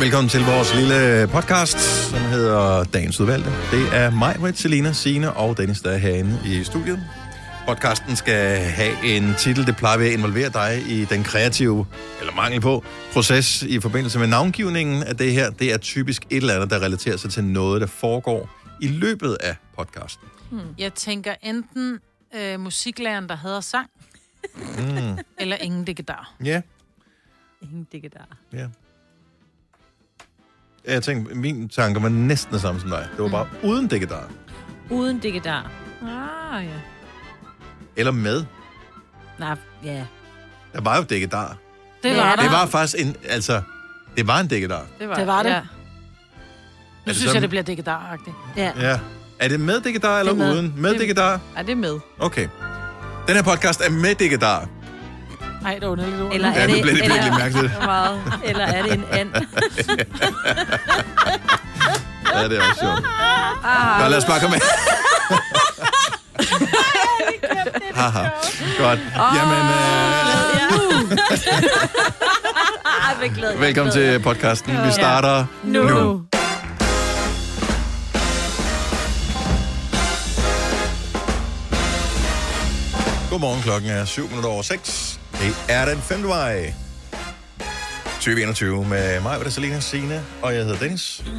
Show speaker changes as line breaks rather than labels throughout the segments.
velkommen til vores lille podcast, som hedder Dagens Udvalgte. Det er mig, Britt, Selina, Sine og Dennis, der er herinde i studiet. Podcasten skal have en titel, det plejer vi at involvere dig i den kreative, eller mangel på, proces i forbindelse med navngivningen af det her. Det er typisk et eller andet, der relaterer sig til noget, der foregår i løbet af podcasten.
Hmm. Jeg tænker enten øh, musiklæreren, der hader sang,
Mm.
eller ingen digedar.
Ja,
Ingen digedar.
ja. Jeg tænkte, min tanker var næsten det samme som dig. Det var bare uden dækkedar.
Uden digedar. Ah, ja.
Eller med.
Nej, ja.
Der var jo dækkedar.
Det
Ja,
var
det
der.
Det var faktisk en, altså, det var en dækkedar.
det. Var,
Det var det.
Ja. Nu
det
synes
sådan-
jeg, det bliver digedar-agtigt.
Ja.
Ja. Er det med dækkedar eller
Det er med.
uden? Med
Det-
dækkedar?
Er det med?
Okay. Den her podcast er med dækkedar.
Ej, det var underligt ord.
Eller
Ja,
er
nu
det,
blev det
eller,
virkelig mærkeligt.
Meget. Eller er det en and?
Ja, det er også sjovt. Nå, lad os bare komme af. Haha, godt. Jamen, øh,
Ej, hvor glad jeg er.
velkommen til podcasten. Vi starter
Nu.
nu. Godmorgen, klokken er 7 minutter over 6. Det er den 5. maj. 2021 med mig, Britta Salina Sine, og jeg hedder Dennis.
Mm.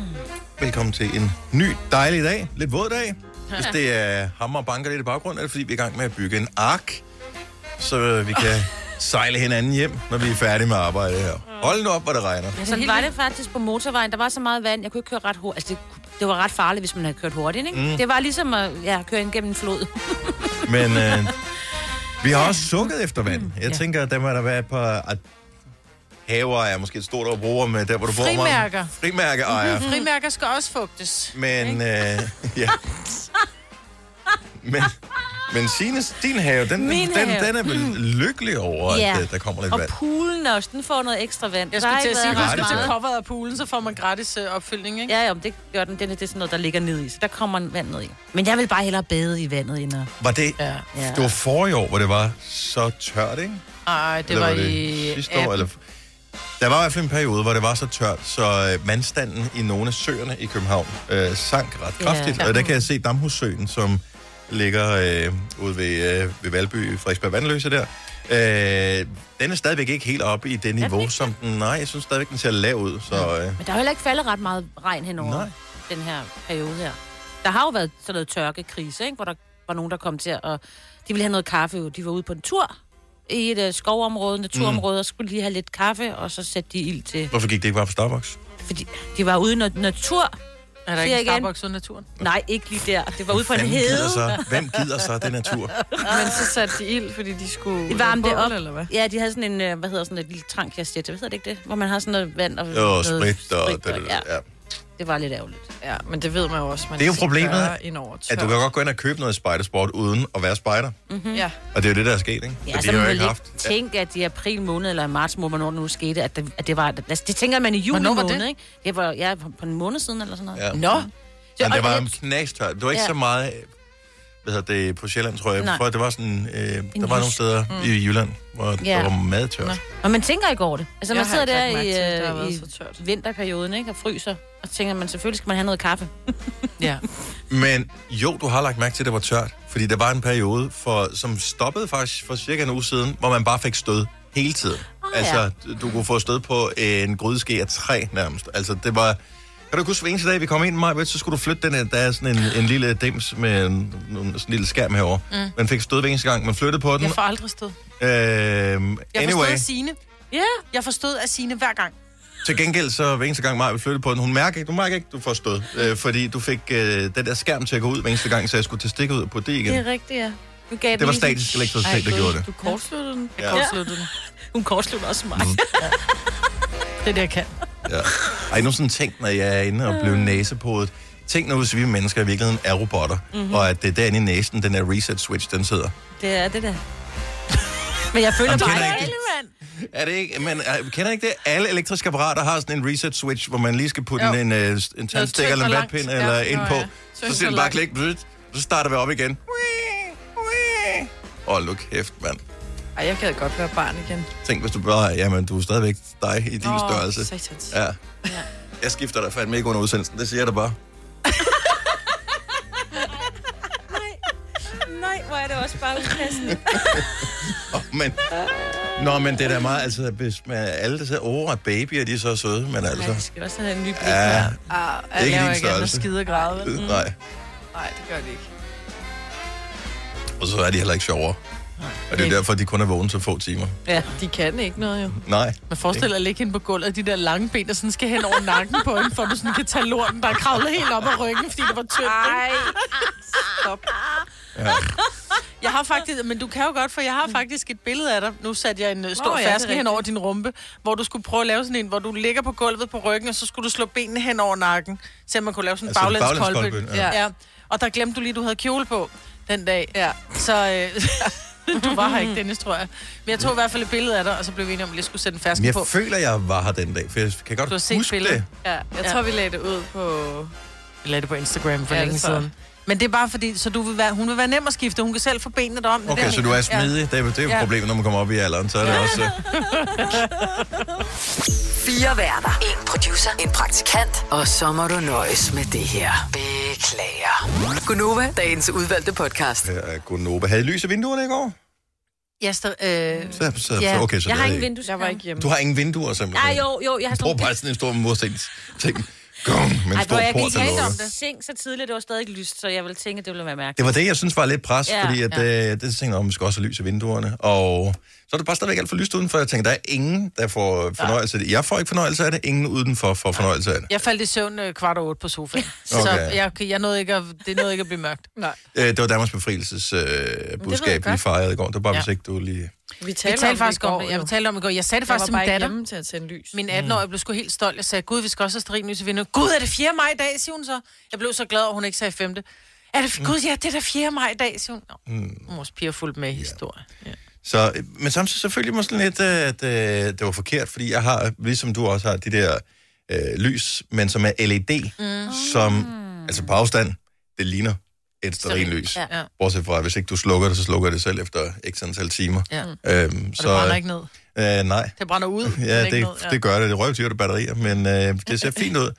Velkommen til en ny dejlig dag. Lidt våd dag. Hvis det er hammer og banker lidt i baggrunden, er det fordi, vi er i gang med at bygge en ark, så øh, vi kan sejle hinanden hjem, når vi er færdige med arbejdet her. Hold nu op, hvor det regner.
Sådan var det faktisk på motorvejen. Der var så meget vand, jeg kunne ikke køre ret hurtigt. Altså, det, det var ret farligt, hvis man havde kørt hurtigt, ikke? Mm. Det var ligesom at ja, køre ind gennem en flod.
Men øh, vi har også sukket efter
Mm,
vand. Jeg tænker, der må der være et par... At haver er måske et stort ord at bruge med der, hvor du bor. Mark.
Frimærker.
Frimærkeejer.
Mm-hmm.
Frimærker skal også fugtes.
Men, øh, ja. Men, men Sines, din have, den,
Min
den,
have. Mm.
den er vel lykkelig over, at øh, der kommer lidt
og
vand.
poolen også, den får noget ekstra vand.
Jeg
Der
skulle
har
til at
ikke
sige, at hvis
været
man
gratis,
skal
ja.
til coveret af poolen, så får man gratis øh, opfyldning, ikke?
Ja, ja, men det gør den. den er, det er sådan noget, der ligger ned i, så der kommer vand ned i. Men jeg vil bare hellere bade i vandet, end at...
Var det,
Ja.
Ja.
det var forrige år, hvor det var så tørt, ikke?
Ej, det
Eller
var, i...
det sidste år,
appen.
eller... Der var i hvert fald en periode, hvor det var så tørt, så øh, vandstanden i nogle af søerne i København øh, sank ret kraftigt.
Ja.
Og der kan jeg se Damhussøen, som ligger øh, ude ved, øh, ved Valby, Frederiksberg Vandløse der. Øh, den er stadigvæk ikke helt oppe i det niveau, som den... Nej, jeg synes stadigvæk, den ser lav ud, så... Øh,
Men der er heller ikke faldet ret meget regn henover
Nej.
Nej. den her periode her. Der har jo været sådan noget tørkekrise, ikke? hvor der var nogen, der kom til at... De ville have noget kaffe, jo. de var ude på en tur i et uh, skovområde, naturområde, mm. og skulle lige have lidt kaffe, og så satte de ild til...
hvorfor gik det ikke bare på Starbucks?
Fordi de var ude i noget natur.
Er der
Siger
ikke en
igen.
Starbucks uden naturen?
Nej, ikke lige der. Det var ude på en
Hvem
hede.
gider, så, hvem gider så det natur?
Men så satte de ild, fordi de skulle...
De varmede det
bål,
op.
Eller hvad?
Ja, de havde sådan en, øh, hvad hedder sådan et lille trankjastette, hvad hedder det ikke det? Hvor man har sådan noget vand og...
Jo,
noget
sprit og... Det, det,
ja,
ja.
det var lidt ærgerligt.
Ja, men det ved man jo også. Man
Det er jo
skal
problemet,
gøre indover tør.
At du kan godt gå ind og købe noget spidersport uden at være spider.
Ja.
Og det er jo det, der er sket, ikke?
Mhm. Ja,
For
så
de
man
har jo
vel
ikke
ikke
haft...
tænke, at i april måned eller i marts måned, hvornår det nu skete, at det, at det var... Altså, det tænker man i juli
Hvornår var
måned,
det?
ikke? Det var ja, på på en måned siden eller sådan noget.
Ja.
Nå.
Men
og
det var
et-
knastørt. Det var ikke
Ja.
ja. så meget øh, hvad hedder det, på Sjælland, tror jeg.
Nej.
For det var sådan, øh, der var nogle
jysk.
steder mm. i Jylland, hvor ja.
Ja.
der var meget tørt.
Og man tænker ikke over det. Altså,
Jeg
man
har
sidder
ikke
der
lagt mærke til, at det har
i, øh,
været
i
så tørt.
vinterperioden, ikke? Og fryser. Og så tænker man, selvfølgelig skal man have noget kaffe.
Ja.
Men jo, du har lagt mærke til, at det var tørt. Fordi der var en periode, for, som stoppede faktisk for cirka en uge siden, hvor man bare fik stød hele tiden. Oh,
ja.
altså, du kunne få stød på en grydeske af træ nærmest. Altså, det var... Kan du ikke huske, hver eneste dag, vi kom ind, Maja, så skulle du flytte den her, der er sådan en, en lille dims med en, en, sådan en lille skærm herover. Mm. Man fik stød hver eneste gang, man flyttede på den.
Jeg får aldrig stød.
Øhm,
Jeg forstod
anyway,
af Signe.
Ja. Yeah.
Jeg forstod af Signe hver gang.
til gengæld så hver eneste gang Maja flyttede på den, hun mærker ikke, du mærker ikke, du får stød, øh, fordi du fik øh, den der skærm til at gå ud hver eneste gang, så jeg skulle til stikke ud på det igen.
Det er rigtigt, ja. Du gav
Det var
den lige-
statisk elektricitet, der
Ej,
gjorde det.
Du kort,
Kortsluttede den?
Ja.
Ja. Kortsluttede den.
hun kortslutter også mig.
Det er det, jeg kan.
Ja. Ej, nu sådan tænkt, når jeg er inde og
Øh.
bliver næsepodet. Tænk nu, hvis vi mennesker i virkeligheden er robotter, mm-hmm.
Mhm.
og at det er derinde i næsen, den der reset switch, den sidder.
Det er det der. Men jeg føler
Jamen,
bare
kender
ikke...
ikke Er det ikke, men er, kender ikke det? Alle elektriske apparater har sådan en reset switch, hvor man lige skal putte
Jo.
en, øh, en tandstikker
tyndt
eller en
og langt.
vatpind
Ja.
eller
Nå,
ind
ja.
på.
Tyndt
Så
og
siger den bare
langt.
klik, blut, så starter vi op igen. Åh, oh, look hæft, mand.
Ej, jeg gad godt være barn igen.
Tænk, hvis du bare, jamen, du er stadigvæk dig i din oh, størrelse.
Satans.
Ja. Jeg skifter dig fandme ikke under udsendelsen, det siger jeg da bare.
Nej, hvor er det også bare upassende.
Nå, men, nå, men det er da meget, altså, hvis man, alle der siger, åh, at babyer, de er så søde, men
Nej, de
altså...
skal også have en ny blik.
Ja,
Ja.
Ah, jeg laver
er ikke din
ikke andet
størrelse.
skide græde. vel? Mm.
øh, nej.
Nej, det gør de ikke.
Og så er de heller ikke sjovere. Og det er
ikke.
derfor, de kun er vågne så få timer.
ja.
De kan ikke noget, jo.
Nej.
Man forestiller dig at ligge hende på gulvet, og de der lange ben, der sådan skal hen over nakken på hende, for du sådan kan tage lorten, der er kravlet helt op ad ryggen, fordi det var tyndt. ikke?
Nej, stop.
Jeg har faktisk, men du kan jo godt, for jeg har faktisk et billede af dig. Nu satte jeg en øh, stor
Nå,
oh,
ja, det er
fersken hen
rigtigt.
over din rumpe, hvor du skulle prøve at lave sådan en, hvor du ligger på gulvet på ryggen, og så skulle du slå benene hen over nakken, så man kunne lave sådan en
Altså,
altså, baglæns
baglæns
kolbe.
kolbe,
Ja.
ja.
ja. Og der glemte du lige, du havde kjole på den dag.
Ja.
Så øh, du var her ikke, Dennis, tror jeg. Men jeg tog i hvert fald et billede af dig, og så blev vi enige om, at jeg skulle sætte en fersken
Men jeg
på.
føler, jeg var her den dag, for jeg kan godt
Du har set
huske
billedet.
det.
Ja, jeg
Ja.
tror, vi lagde det ud på...
Jeg lagde det på Instagram for
Ja,
ja,
det
længe
tror jeg.
siden. Men det er bare fordi, så du vil være, hun vil være nem at skifte. Hun kan selv få benene derom. Det
Okay,
der
så
hænger.
du er smidig. Det er, det er jo
Ja.
et problem, når man kommer op i alderen. Så er det også... øh,
Fire værter. En producer. En praktikant. Og så må du nøjes med det her. Beklager. Gunova, dagens udvalgte podcast.
Her er Gunnova. Havde I Øh, lys i vinduerne i går?
Ja, så, øh,
Så, så,
Ja.
så, okay, så
jeg har
det havde
ingen
I
vindues.
Jeg var ikke hjemme.
Du har ingen vinduer, simpelthen?
Nej, jo, jo, jeg har
Jeg tror
sådan
bare sådan en stor mursten. Tænk, gong, med en
Ej,
stor
hvor jeg
port,
gik
der
helt om
lukker.
det. Seng så tidligt, det var stadig lyst, så jeg ville tænke, at det ville være mærkeligt.
Det var det, jeg synes var lidt pres,
Ja,
ja, fordi at, ja. øh, det tænkte jeg, om man skal også have lys i vinduerne. Og så er det bare stadigvæk alt for lyst udenfor. Jeg tænker, der er ingen, der får fornøjelse af det. Jeg får ikke fornøjelse af det, ingen udenfor får fornøjelse af det.
Jeg faldt i søvn øh, kvart over otte på sofaen. Så
Okay.
jeg, jeg nåede ikke at, det nåede ikke at blive mørkt.
Nej.
Øh, det var Danmarks befrielses øh, budskab, vi
godt.
fejrede i går. Det var bare,
Ja.
hvis ikke du lige...
Vi
Vi
talte,
talte faktisk om det.
Jeg,
Jeg talte om det i går. Jeg sagde det
jeg
faktisk
var bare
til
ikke
min datter.
hjemme til at tænde lys. Mm.
Min 18-årige blev sgu helt stolt. Jeg sagde, gud, vi skal også have stearinlys i vinduet. Gud, er det 4. maj i dag, siger hun så. Jeg blev så glad, at hun ikke sagde 5. Er det,
Mm.
gud, ja, det er da 4. maj i dag, siger hun. Nå,
Hmm.
mors piger er fuldt med i historie. Ja.
Så, øh, men samtidig selvfølgelig må sådan lidt, øh, at øh, det var forkert, fordi jeg har, ligesom du også har, de der øh, lys, men som er LED, mm. som, altså på afstand, det ligner et stearinlys.
Ja.
Ja. Bortset fra, at hvis ikke du slukker det, så slukker det selv efter x antal timer.
Ja.
Øhm,
Mm. Og
så,
det brænder ikke ned.
Øh, nej,
Det brænder ud. men
ja,
ikke
det,
ned.
det gør det. Det røvtyrer det batterier, men øh, det ser fint ud.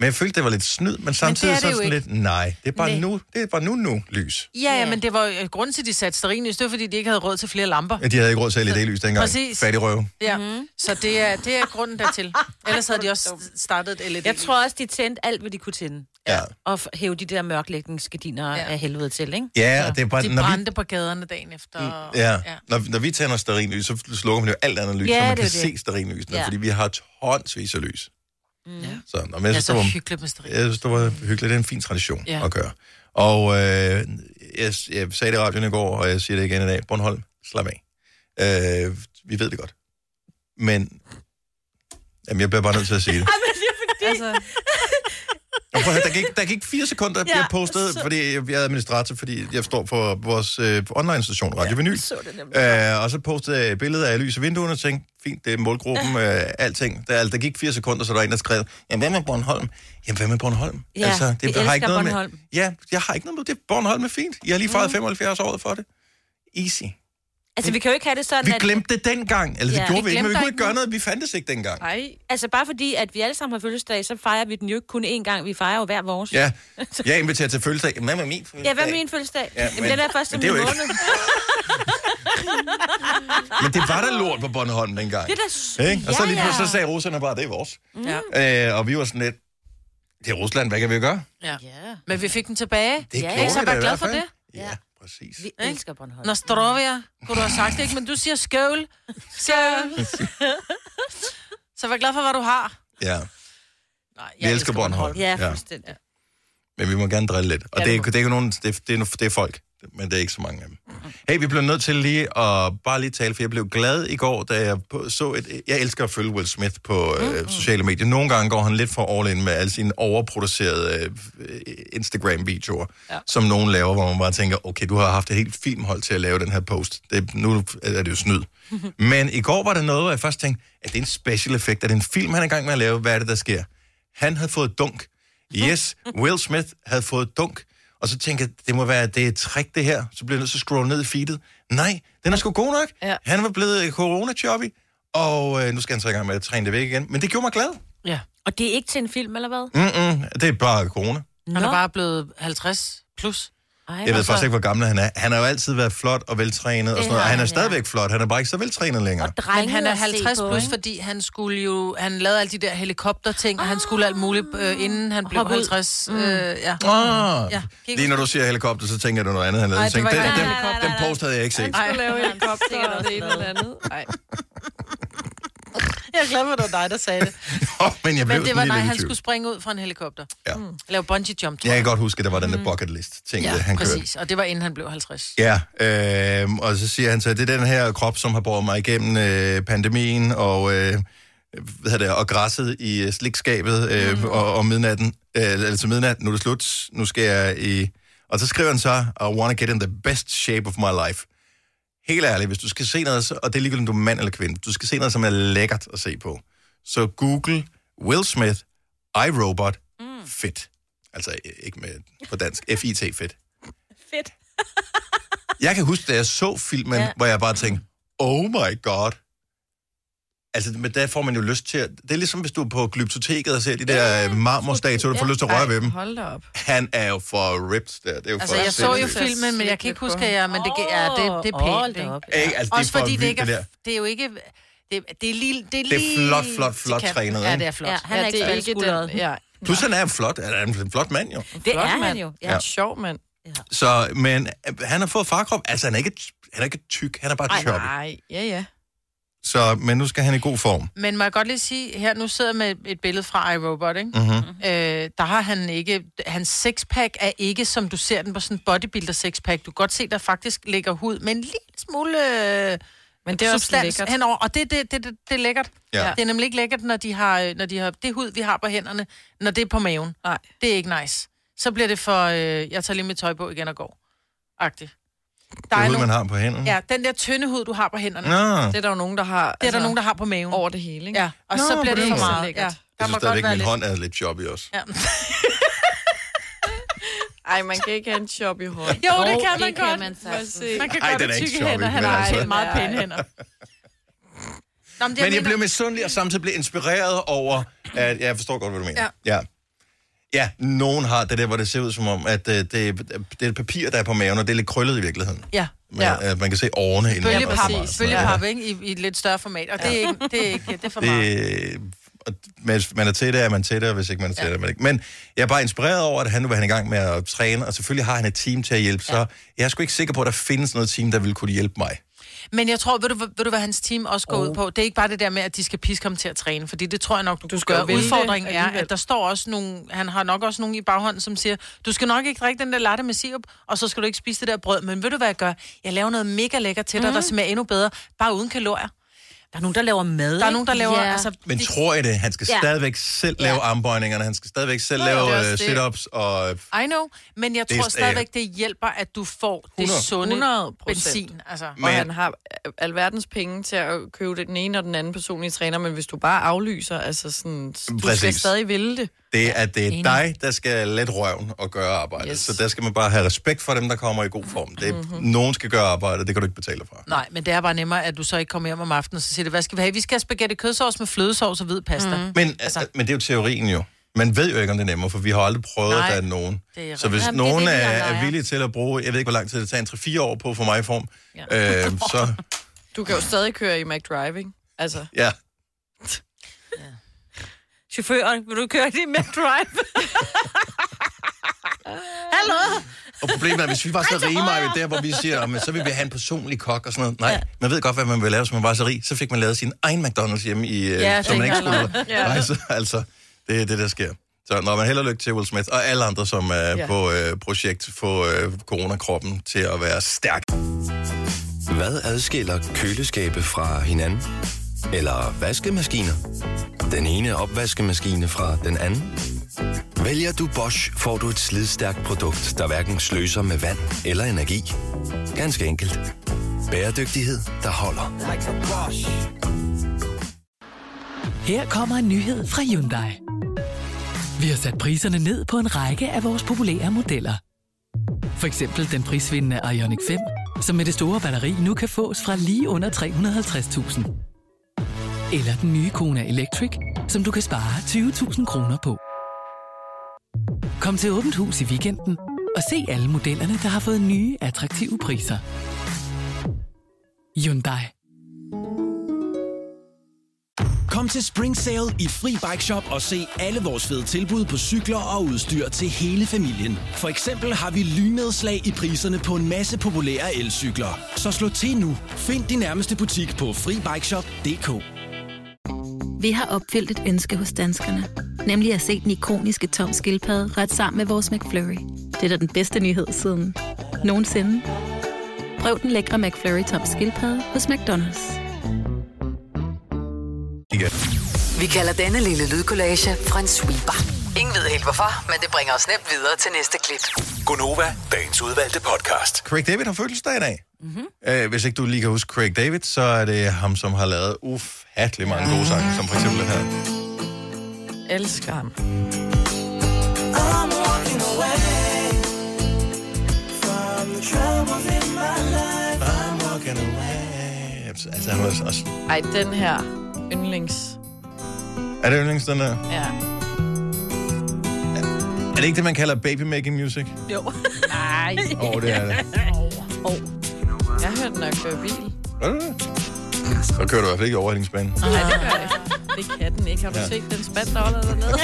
Men jeg følte, det var lidt snyd, men samtidig
det er
så er
det
det
jo
sådan lidt, nej, det er bare
Nej.
nu, det er bare nu nu lys.
Ja, ja, men det var jo- grunden til, at de satte stearinlys, det var, fordi de ikke havde råd til flere lamper.
Ja, De havde ikke råd til LED-lys dengang.
Præcis.
Fattig røve.
Ja.
Mm-hmm.
Mm. Så det er, det er grunden dertil. Ellers havde de også startet et E LED.
Jeg tror også, de tændte alt, hvad de kunne tænde.
Ja.
Og f- hæve de der mørklægningsgardiner
Ja.
ja. af helvede til, ikke?
Ja, og det er bare,
De
når vi Mm.
brændte på gaderne dagen efter. og-
Ja. Når, når vi tænder stearinlys, så slukker man jo alt andet lys,
Ja,
ja, så man
det
kan
er det.
se stearinlysene,
Ja.
ja. fordi vi har tonsvis af lys. Mm.
Ja.
Så, nå, men
Ja,
jeg synes,
så
det var,
Altså, hyggeligt med stearin.
jeg synes, det var hyggeligt. Det er en fin tradition
Ja.
ja. at gøre. Og øh, jeg, jeg sagde det i radioen i går, og jeg siger det igen i dag. Bornholm, slap af. Øh, vi ved det godt. Men jamen, jeg bliver bare nødt til at sige det.
Altså,
Og prøv at høre, der, gik, der gik fire sekunder, jeg
Ja,
ja, postede,
så-
fordi jeg jeg er administrator, fordi jeg står for vores øh, online-station Radio ja, Vinyl.
Så det nemlig.
Øh, og så postede jeg et billede af lys i vinduerne og tænkte, fint, det er målgruppen, øh, alting. Der, der gik fire sekunder, så der var en, der skrev, jamen hvad med Bornholm? Jamen hvad med Bornholm? Altså,
Ja, vi
jeg
elsker
noget
Bornholm. Mm.
med. Ja, jeg har ikke noget med det. Bornholm er fint. Jeg har lige fejret 75 år for det. Easy.
Altså, vi kan jo ikke have det sådan,
Vi
at...
glemte det dengang. Eller det
Ja,
gjorde
vi
vi ikke, men vi
glemte
kunne
ikke
ikke gøre noget. Vi fandtes ikke dengang.
nej.
Altså, bare fordi, at vi alle sammen har fødselsdag, så fejrer vi den jo ikke kun én gang. Vi fejrer jo hver vores.
Ja, jeg inviterer til fødselsdag. Jamen, Hvad med min fødselsdag?
Ja, hvad med min fødselsdag? Ja,
Ja,
men, Jamen,
men-
den er først om
men
en
det er jo ikke-
måned.
Men det var da lort på Bornholm dengang.
Det er da... s- Ja,
Ikke? Og så lige
ja.
pludselig så sagde russerne bare, det er vores.
Mm.
Ja.
Øh, og vi var sådan lidt, det er Rusland, hvad kan vi gøre?
Ja.
Ja.
Men vi fik den tilbage.
Det
Ja,
ja,
ikke?
gjorde
Så
vi
vær
da i
glad
hvert
for
fald.
det.
Ja, præcis.
Vi elsker Bornholm.
Nostrovia, kunne du have sagt det, ikke? Men du siger skål. Skål. Så vær glad for, hvad du har.
Ja,
Nej, jeg
vi elsker Bornholm.
Ja,
Ja.
fuldstændig.
Men vi må gerne drille lidt. Og
Ja,
det,
det
er,
må
det, er ikke nogen, det, er, det, er, det er folk, men det er ikke så mange af dem. Hey, vi blev nødt til lige at bare lige tale, for jeg blev glad i går, da jeg på- så et... Jeg elsker at følge Will Smith på øh, sociale medier. Nogle gange går han lidt for all in med alle sine overproducerede øh, øh, Instagram-videoer, ja. som nogen laver, hvor man bare tænker, okay, du har haft et helt filmhold til at lave den her post. Det, nu er det jo snyd. men i går var der noget, hvor jeg først tænkte, er det en special effekt? Er det en film, han er i gang med at lave? Hvad er det, der sker? Han havde fået dunk. Yes, Will Smith havde fået dunk. Og så tænkte jeg, det må være, det er et trick, det her. Så bliver jeg nødt til at scrolle ned i feedet. Nej, den er sgu god nok.
Ja.
Han var blevet corona choppy og øh, nu skal han så i gang med at træne det væk igen. Men det gjorde mig glad.
Ja.
Og det er ikke til en film, eller hvad?
Mm-mm, det er bare corona.
Han er bare blevet 50 plus.
Ej,
Jeg ved
altså.
faktisk ikke, hvor gammel han er. Han har jo altid været flot og veltrænet og sådan noget. Og
har
han er
han,
stadigvæk flot. Han er bare ikke så veltrænet længere.
Og drenget
Men han er
at se
50
på,
plus,
ikke?
fordi han skulle jo... Han lavede alle de der helikopterting, og han skulle alt muligt, øh, inden han blev
Hop ud. Mm.
50. Øh, ja.
Ah,
Ja, kig
lige når du siger helikopter, så tænker du noget andet. Han lavede.
Ej,
Jeg
det var
tænkte, den,
ikke
den,
en helikopter.
den post havde jeg ikke set.
Ej, lave
han
en kopter
sikkert
og
også
det ene og det
lavet.
andet. Ej,
Jeg er glad for, at det var dig, der sagde det.
Oh, men jeg blev
Men det var,
sådan
nej,
lidt i
han
tvivl.
skulle springe ud fra en helikopter. Mm.
Ja.
Lave bungee jump, tror
Jeg
jeg.
kan godt huske, at der var den der bucket list ting, ja, han kørte.
Mm. præcis. Og det var, inden han blev 50.
Ja, øh, og så siger han så, at det er den her krop, som har båret mig igennem øh, pandemien og, øh, hvad hedder det, og græsset i øh, slikskabet øh, mm. og, og midnatten, øh, eller til midnat, nu er det slut, nu skal jeg i... Og så skriver han så, I want to get in the best shape of my life. Helt ærligt, hvis du skal se noget, så- og det er ligegyldigt, om du er mand eller kvinde, du skal se noget, som er lækkert at se på. Så Google Will Smith, iRobot, mm. fit. Altså øh, ikke med, på dansk, F-I-T, fit.
Fedt.
Jeg kan huske, da jeg så filmen, ja.
Ja.
hvor jeg bare tænkte, oh my god. Altså, men der får man jo lyst til at... Det er ligesom, hvis du er på glyptoteket og ser de der ja, marmorstatuer, du får lyst til at røre ved dem.
hold da op.
Han er jo for ripped der. Det er jo
Altså,
for
jeg så jo
sindssygt.
sindssygt.
filmen, men jeg kan ikke huske, at jeg... Men det, ja, det, det er
Åh, hold
pænt,
da
ikke?
op.
Ikke? Altså, det
Også
er for
fordi
vildt,
det ikke
det
er...
der.
Det er jo ikke... Det, det er lige... Det er,
er
lige
flot, flot, flot
til kanten.
trænet,
Ja,
ikke?
det er flot.
Ja, han er
Ja,
ikke
det
faldet skulderet.
Ja,
Plus, han er flot. Han er en flot mand, jo.
Det
Flot,
er han
mand.
jo. Ja.
ja. sjov mand.
Så, men øh, han har fået farkrop. Altså, han er ikke, han er ikke tyk. Han er bare
Ej,
chubby.
nej, ja, ja.
Så, men nu skal han i god form.
Men må jeg godt lige sige, her nu sidder jeg med et billede fra iRobot, ikke? Mm-hmm. Øh, der har han ikke... Hans sixpack er ikke, som du ser den på sådan en bodybuilder sixpack. Du kan godt se, der faktisk ligger hud med en lille smule øh,
Men det er også
substans
lækkert.
henover. Og det, det, det, det, det er lækkert.
Ja.
Det er nemlig ikke lækkert, når de har, øh, når de har det hud, vi har på hænderne, når det er på maven.
Nej.
Det er ikke nice. Så bliver det for, øh, jeg tager lige mit tøj på igen og går. Agtigt. Der
Det
er
er hud, man
nogen,
har på hænderne.
ja, den der tynde hud, du har på hænderne, det
Nå.
Det er der jo nogen, der har
er der nogen, der har altså, på maven.
over det hele, ikke?
Ja, og
Nå,
så bliver
på
det
den
for
måde.
meget. Ja, der
Jeg
må
synes
godt
stadigvæk,
være
min
lidt-
hånd er lidt chubby også.
Ja.
Ej, man kan ikke have en chop i hånden.
Jo, det kan man
det kan
godt.
man
Må jeg
sagtens.
se.
Man kan
Ej,
godt
den er
have
ikke
tykke
sjov,
hænder.
ikke?
Han
Men
har
altså-
helt meget pæne hænder. Nå, men, det,
Men jeg blev misundelig og samtidig blev inspireret over, at jeg forstår godt, hvad du mener.
Ja.
ja. Ja, nogen har det der, hvor det ser ud som om, at øh, det, det er et papir, der er på maven, og det er lidt krøllet i virkeligheden.
Ja.
Men,
Ja.
At man kan se årene inden.
Ja,
Bølgepap,
præcis.
bølgepap, ikke? I, I et lidt større format. Og det er ikke, det er, ikke, det er for meget.
Det, og hvis man er til det, er man til det, og hvis ikke man er til det, er man ikke. Men jeg er bare inspireret over, at han nu vil han i gang med at træne, og selvfølgelig har han et team til at hjælpe, så jeg er sgu ikke sikker på, at der findes noget team, der ville kunne hjælpe mig.
Men jeg tror, ved du, ved du hvad hans team også går oh. ud på? Det er ikke bare det der med, at de skal piske ham til at træne, fordi det tror jeg nok, du, du skal
skal jo
gøre.
vælge
Udfordringen er,
alligevel.
at der står også nogle, han har nok også nogen i baghånden, som siger, du skal nok ikke drikke den der latte med sirup, og så skal du ikke spise det der brød, men ved du hvad jeg gør? Jeg laver noget mega lækker til dig, mm. der smager endnu bedre, bare uden kalorier.
Der er nogen, der laver mad.
Der er nogen, der laver,
Ja.
altså,
Men
de-
tror jeg det? Han skal
Ja.
stadigvæk selv lave armbøjningerne, han skal stadigvæk selv
ja, det er
lave
også
øh,
det.
sit-ups og
I know, men jeg
Det er
tror
st-
stadigvæk, det hjælper, at du får det
100.
sunde
100%.
benzin. Altså.
Og
Men-
han har øh, alverdens penge til at købe den ene og den anden personlige træner, men hvis du bare aflyser, altså sådan, du skal
Præcis.
stadig ville det.
Det er, at det er dig, der skal let røven og gøre arbejdet. Yes.
Yes.
Så der skal man bare have respekt for dem, der kommer i god form. Det er, mm-hmm. Nogen skal gøre arbejdet, det kan du ikke betale for.
Nej, men det er bare nemmere, at du så ikke kommer hjem om aftenen, og så siger det, hvad skal vi have? Vi skal have spaghetti kødsovs med flødesovs og hvid pasta. Mm.
Men, altså. men det er jo teorien jo. Man ved jo ikke, om det er nemmere, for vi har aldrig prøvet,
Nej,
at der er nogen.
det er
så hvis
Jamen, det er
nogen er,
det, vi andre
er
er.
villige til at bruge, jeg ved ikke, hvor lang tid det tager, en 3-4 år på for mig i form, ja. øh, så
Du kan jo stadig køre i McDriving. Altså,
ja.
Chaufføren, vil du køre det med drive? Hallo?
Og problemet er, hvis vi var så rige, Maja, der hvor vi siger, "Nå, men så vil vi have en personlig kok og sådan noget. Nej, ja. man ved godt, hvad man vil lave, hvis man var så rig. Så fik man lavet sin egen McDonald's hjemme, i, ja,
Ja,
som man
det
ikke
kan jeg
skulle. Ja. Nej, så, altså, det er det, der sker. Så når man held og lykke til Will Smith og alle andre, som er ja.
Ja.
på øh, projekt få øh, coronakroppen til at være stærk.
Hvad adskiller køleskabe fra hinanden? Eller vaskemaskiner? Den ene opvaskemaskine fra den anden? Vælger du Bosch, får du et slidstærkt produkt, der hverken sløser med vand eller energi. Ganske enkelt. Bæredygtighed, der holder.
Her kommer en nyhed fra Hyundai. Vi har sat priserne ned på en række af vores populære modeller. For eksempel den prisvindende Ioniq 5, som med det store batteri nu kan fås fra lige under 350.000. Eller den nye Kona Electric, som du kan spare 20.000 kroner på. Kom til Åbent Hus i weekenden og se alle modellerne, der har fået nye, attraktive priser. Hyundai.
Kom til Spring Sale i Fri Bike Shop og se alle vores fede tilbud på cykler og udstyr til hele familien. For eksempel har vi lynedslag i priserne på en masse populære elcykler. Så slå til nu. Find din nærmeste butik på FriBikeShop.dk
Vi har opfyldt et ønske hos danskerne. Nemlig at se den ikoniske tom skildpadde ret sammen med vores McFlurry. Det er da den bedste nyhed siden nogensinde. Prøv den lækre McFlurry tom skildpadde hos McDonald's.
Vi kalder denne lille lydkollage en sweeper. Ingen ved helt hvorfor, men det bringer os nemt videre til næste klip.
Gunova, dagens udvalgte podcast.
Craig David har fødselsdag i dag. Mm-hmm. Øh, hvis ikke du lige kan huske Craig David, så er det ham, som har lavet ufattelig mange gode sange, som for eksempel den her.
Elsker ham.
I'm walking away from the troubles in my life. I'm walking
away. Altså, han var også...
Ej, den her yndlings...
Er det yndlings, den der?
Ja.
Er det ikke det, man kalder baby-making music?
Jo. Nej.
Åh, oh, det er det.
Oh. Jeg hørte den, når jeg kører bil.
Er det det? Så kører du i hvert fald ikke overhældningsbanen.
Nej, det gør jeg ikke. Det kan den ikke. Har du
Ja.
ja. set den spand, der holder dernede?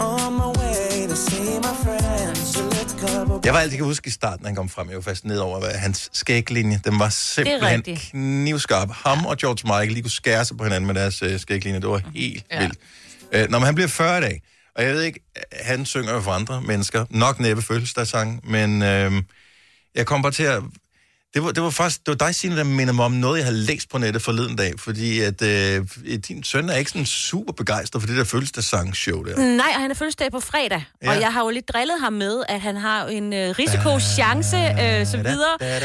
On my way to see my friends. So let's go.
Jeg var altid kan huske i starten, han kom frem. Jeg var fast ned over hvad, hans skæglinje. Den var simpelthen
rigtigt.
knivskarp. Ham og George Michael, de kunne skære sig på hinanden med deres øh, skæglinje. Det
Mhm.
var helt ja. vildt. Øh, når han bliver 40 i dag, og jeg ved ikke, øh, han synger jo for andre mennesker. Nok næppe fødselsdagssang, men øh, jeg kom bare til at... Det var, det var faktisk, det var dig, Signe, der minder mig om noget, jeg havde læst på nettet forleden dag, fordi at øh, din søn er ikke sådan super begejstret for det der fødselsdagssang-show der.
Nej, og han er fødselsdag på fredag. Ja.
Ja.
Og jeg har jo lidt drillet ham med, at han har en øh, risiko-chance, øh, så videre,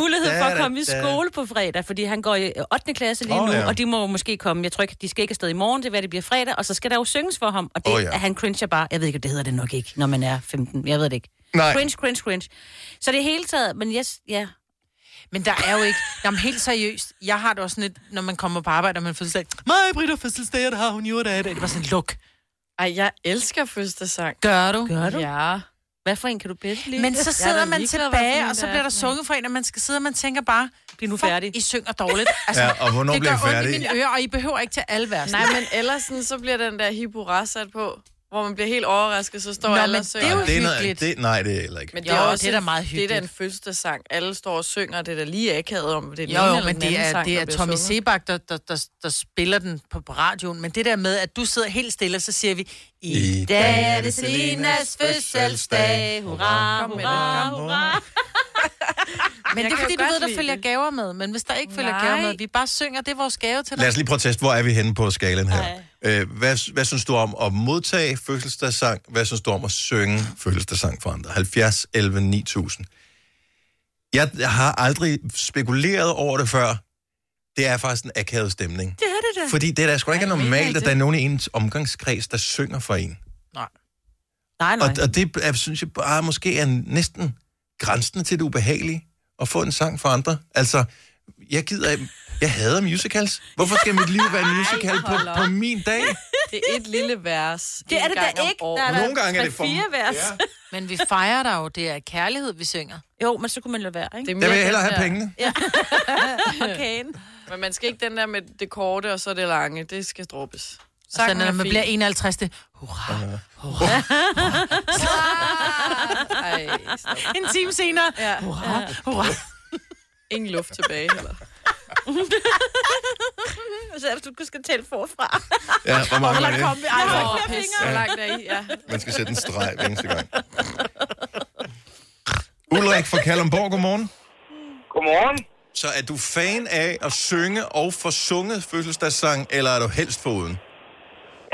mulighed for at komme i skole på fredag, fordi han går i øh, 8. klasse lige
Åh,
nu,
ja.
og de må jo måske komme. Jeg tror ikke, de skal ikke afsted i morgen, det er, hvad det bliver fredag, og så skal der jo synges for ham, og det
Åh,
oh,
ja.
ja. han cringer bare. Jeg ved ikke, det hedder det nok ikke, når man er 15. Jeg ved det ikke.
Nej.
Cringe, cringe, cringe. Så det er hele taget, men yes, ja.
Men der er jo ikke... Jamen helt seriøst, jeg har det også sådan lidt, når man kommer på arbejde, og man fødselsdag. Mig, Britt, har fødselsdag, og det har hun jo i dag. Det var sådan, luk.
Ej, jeg elsker fødselsdagssang.
Gør du?
Gør du?
Ja.
Hvad for en kan du bedst lide?
Men så sidder man tilbage, og så bliver der
så...
sunget for en, og man skal sidde, og man tænker bare, bliver nu færdig. I synger dårligt. Altså,
Ja, og hvornår
det
bliver
gør
I
ondt i
færdige?
mine ører, og I behøver ikke til alle vers.
Nej, men ellers sådan, så bliver den der hip hurra sat på, hvor man bliver helt overrasket, så står
Nå,
alle
men
og
det er
synger.
jo
Og det er noget,
hyggeligt.
det, nej, det er heller ikke.
Men
Jo,
også
det er da
en-
meget
Det er da en
hyggeligt.
fødselsdagssang. Alle står og synger, og det er da lige akavet om, det er den
Jo,
ene
jo,
eller
men
den
det
anden
er,
sang,
det
der
er
bliver
Tommy
sunget.
Sebak, der, der, der, der spiller den på på radioen. Men det der med, at du sidder helt stille, og så siger vi... I dag er det Selinas fødselsdag. Hurra,
Kom med
hurra,
det.
hurra. Men det er
kan
fordi,
jo
du
godt
ved, der
lide
følger
det.
gaver med. Men hvis der ikke følger
Nej.
gaver med, vi bare synger, det er vores gave til dig.
Lad os lige prøve at teste, hvor er vi henne på skalaen her. Øh, hvad, hvad synes du om at modtage fødselsdagssang? Hvad synes du om at synge fødselsdagssang for andre? 70, 11, 9000. Jeg har aldrig spekuleret over det før. Det er faktisk en akavet stemning.
Det er det da.
Fordi det er da sgu da ikke
Ej, det er
normalt, at
rigtigt.
der er nogen i ens omgangskreds, der synger for en.
Nej,
Og,
nej.
og det er, synes jeg bare måske er næsten grænsen til det ubehagelige at få en sang for andre. Altså, jeg gider... Jeg hader musicals. Hvorfor skal mit liv være en musical på, på min dag?
Det er et lille vers.
Det er det da ikke. Der er
året.
der
Nogle gange er det
tre,
for-
fire vers.
Ja.
Men vi fejrer dig jo. Det er kærlighed, vi synger.
Jo, men så kunne man lade være, ikke?
Jeg vil hellere have pengene.
Okay.
Men man skal ikke den der med det korte, og så det lange. Det skal droppes.
Så
Sangen
når
er
man
fin.
bliver 51, det hurra.
Ah.
Ej, stop.
En time senere,
Ja.
hurra, hurra.
Ingen luft tilbage heller.
Så hvis du skal tælle forfra.
Ja, hvor mange er det?
Ej, hvor pis. Hvor langt er I? Ja.
Man skal sætte en streg hver eneste gang. Ulrik fra Kalundborg, godmorgen.
Godmorgen.
Så er du fan af at synge og få sunget fødselsdagssang, eller er du helst foruden?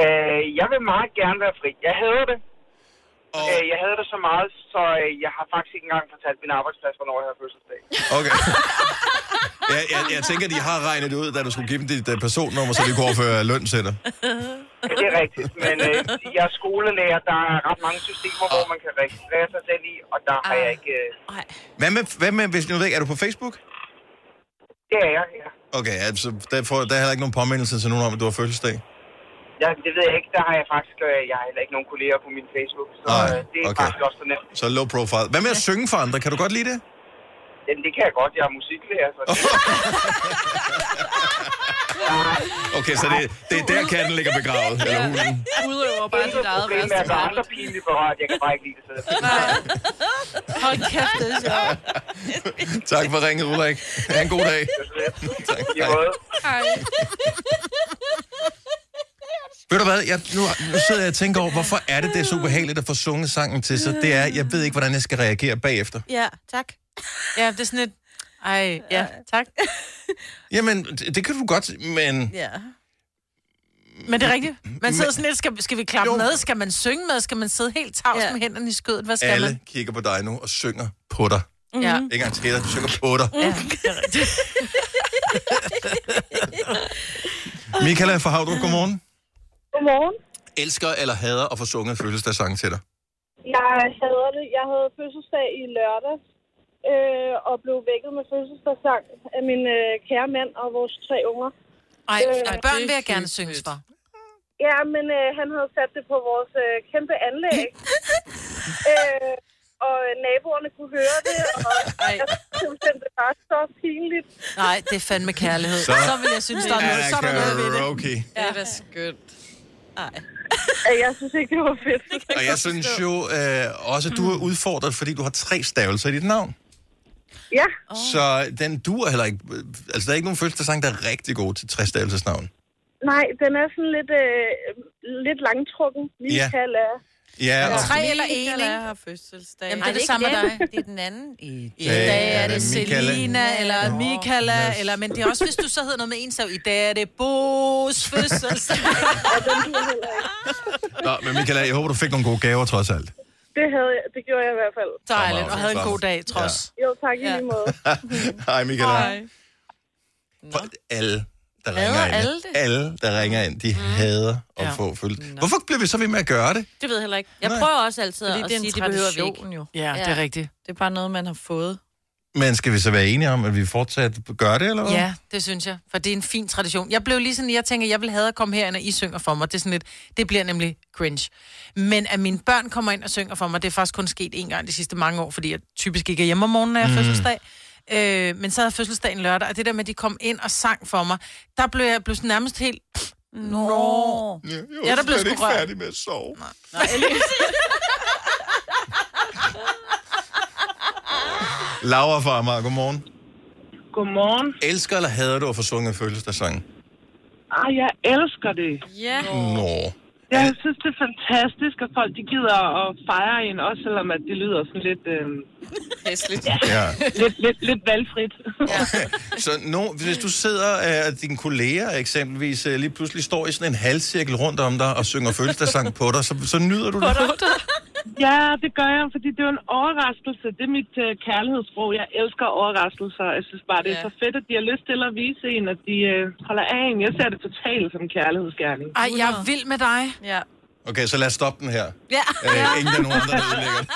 Øh, jeg vil meget gerne være fri. Jeg hader det.
Og,
Øh, jeg hader det så meget, så øh, jeg har faktisk ikke engang fortalt min arbejdsplads, hvornår jeg har fødselsdag.
okay. Jeg, jeg, jeg tænker, de har regnet det ud, da du skulle give dem dit øh, personnummer, så de kunne overføre løn til dig.
Det er rigtigt, men øh, jeg er skolelærer. Der er ret mange systemer, hvor man kan registrere sig selv i, og der har jeg ikke... Øh,
Hvad med, hvad med hvis nu ved, jeg ikke, er du på Facebook?
Det er jeg, ja.
Okay, altså, der, får, der er heller ikke nogen påmindelse til nogen om, at du har fødselsdag?
ja. Det ved jeg ikke. Der har jeg faktisk... øh, Jeg har heller ikke nogen kolleger på min Facebook, så
Nej,
øh, det er
okay.
faktisk også så nemt.
Så low profile. Hvad med at synge for andre? Kan du godt lide det?
Jamen, det kan jeg godt. Jeg er musiklærer, så...
Okay, så det, det er der, katten ligger begravet. Eller hunden.
Udøver bare dit eget
problem er, at der er andre pinlige berørt. Jeg kan bare ikke lide det, så det
Hold kæft, det er sjovt.
Tak for ringet, Ulrik. Ha' en god dag. tak. Hej.
Hej.
Ved du hvad, jeg, nu, nu sidder jeg og tænker over, hvorfor er det, det er så ubehageligt at få sunget sangen til sig? Det er, jeg ved ikke, hvordan jeg skal reagere bagefter.
Ja, tak. Ja, det er sådan et... Ej, ja, tak.
Jamen, det, det kan du godt, men...
Ja. Men det er rigtigt. Man sidder sådan lidt, skal, skal vi klappe
Jo.
med? Skal man synge med? Skal man sidde helt tavs ja. med hænderne i skødet? Hvad skal
Alle
man?
kigger på dig nu og synger på dig.
Ja.
Ikke engang til dig, de synger på dig.
Ja, det er rigtigt.
Michaela fra Havdrup, godmorgen.
Godmorgen.
Elsker eller hader at få sunget fødselsdagssange til dig?
Jeg hader det. Jeg havde fødselsdag i lørdag øh, og blev vækket med fødselsdagssang af min øh, kære mand og vores tre unger.
Ej, ej, børn vil jeg gerne synge for.
Ja, men øh, han havde sat det på vores øh, kæmpe anlæg. øh, og naboerne kunne høre det, og jeg synes, det var så pinligt.
Nej, det er fandme kærlighed. Så,
Så-
så vil jeg synes, der er noget, så er der noget ved det.
Okay.
Det er da skønt.
Jeg synes ikke, det var fedt.
Og jeg synes jo øh, også, at du
Mm.
er udfordret, fordi du har tre stavelser i dit navn.
Ja.
Så den duer heller ikke. Altså, der er ikke nogen fødselsdagssang, der er rigtig god til tre stavelses navn.
Nej, den er sådan lidt, øh, lidt langtrukken. Michaela.
Ja, og
Tre eller en, ikke?
Jeg har fødselsdag.
Jamen, det er det samme med dig.
Det er den anden. I
I dag er det
Michaela.
Selina, eller Michaela, eller... Men det er også, hvis du så hedder noget med en stav. I dag er det Bo's fødselsdag.
Nå, men Michaela, jeg håber, du fik nogle gode gaver trods alt.
Det, havde jeg, det gjorde jeg i hvert fald.
Dejligt, og havde en god dag, trods.
Jo, tak i lige måde.
Hej, Michaela. For alle, der
Hader
ringer ind.
alle det? Mm.
Alle, der ringer ind, de hader at
Ja.
få følt. Hvorfor bliver vi så ved med at gøre det?
Det ved jeg heller ikke. Jeg
Nej.
prøver også altid
Fordi
at
det er en
sige, det behøver vi
tradition
ikke.
jo.
Ja, det er rigtigt.
Det er bare noget, man har fået.
Men skal vi så være enige om, at vi fortsat gør det, eller hvad?
Ja, det synes jeg, for det er en fin tradition. Jeg blev lige sådan, jeg tænker, jeg vil have at komme herind, og I synger for mig. Det, er sådan lidt, det bliver nemlig cringe. Men at mine børn kommer ind og synger for mig, det er faktisk kun sket en gang de sidste mange år, fordi jeg typisk ikke er hjemme om morgenen, når jeg har
Mm.
fødselsdag. Øh, men så havde jeg fødselsdagen lørdag, og det der med, at de kom ind og sang for mig, der blev jeg blev sådan nærmest helt... Nå.
Ja,
Ja, der blev sgu rørt.
med at sove. Nej. Laura fra Amager, godmorgen.
Godmorgen.
Elsker eller hader du at få sunget en fødselsdagssang?
Ah, jeg elsker det. Ja.
Nå.
Jeg synes, det er fantastisk, at folk de gider at fejre en, også selvom at det lyder sådan lidt... Øh... Hæsligt. Ja.
Ja.
lidt, lidt, lidt valgfrit.
Så nu, hvis du sidder og dine kolleger eksempelvis øh, lige pludselig står i sådan en halvcirkel rundt om dig og synger fødselsdagssang på dig, så, så nyder du det.
ja, det gør jeg, fordi det er jo en overraskelse. Det er mit øh, kærlighedssprog. Jeg elsker overraskelser. Jeg synes bare, det er
Ja.
så fedt, at de har lyst til at vise en, at de øh, holder af en. Jeg ser det totalt som en kærlighedsgerning.
Ej, jeg er vild med dig.
Ja.
Okay, så lad os stoppe den her.
Ja.
Øh, ingen af nogen andre, der ødelægger det.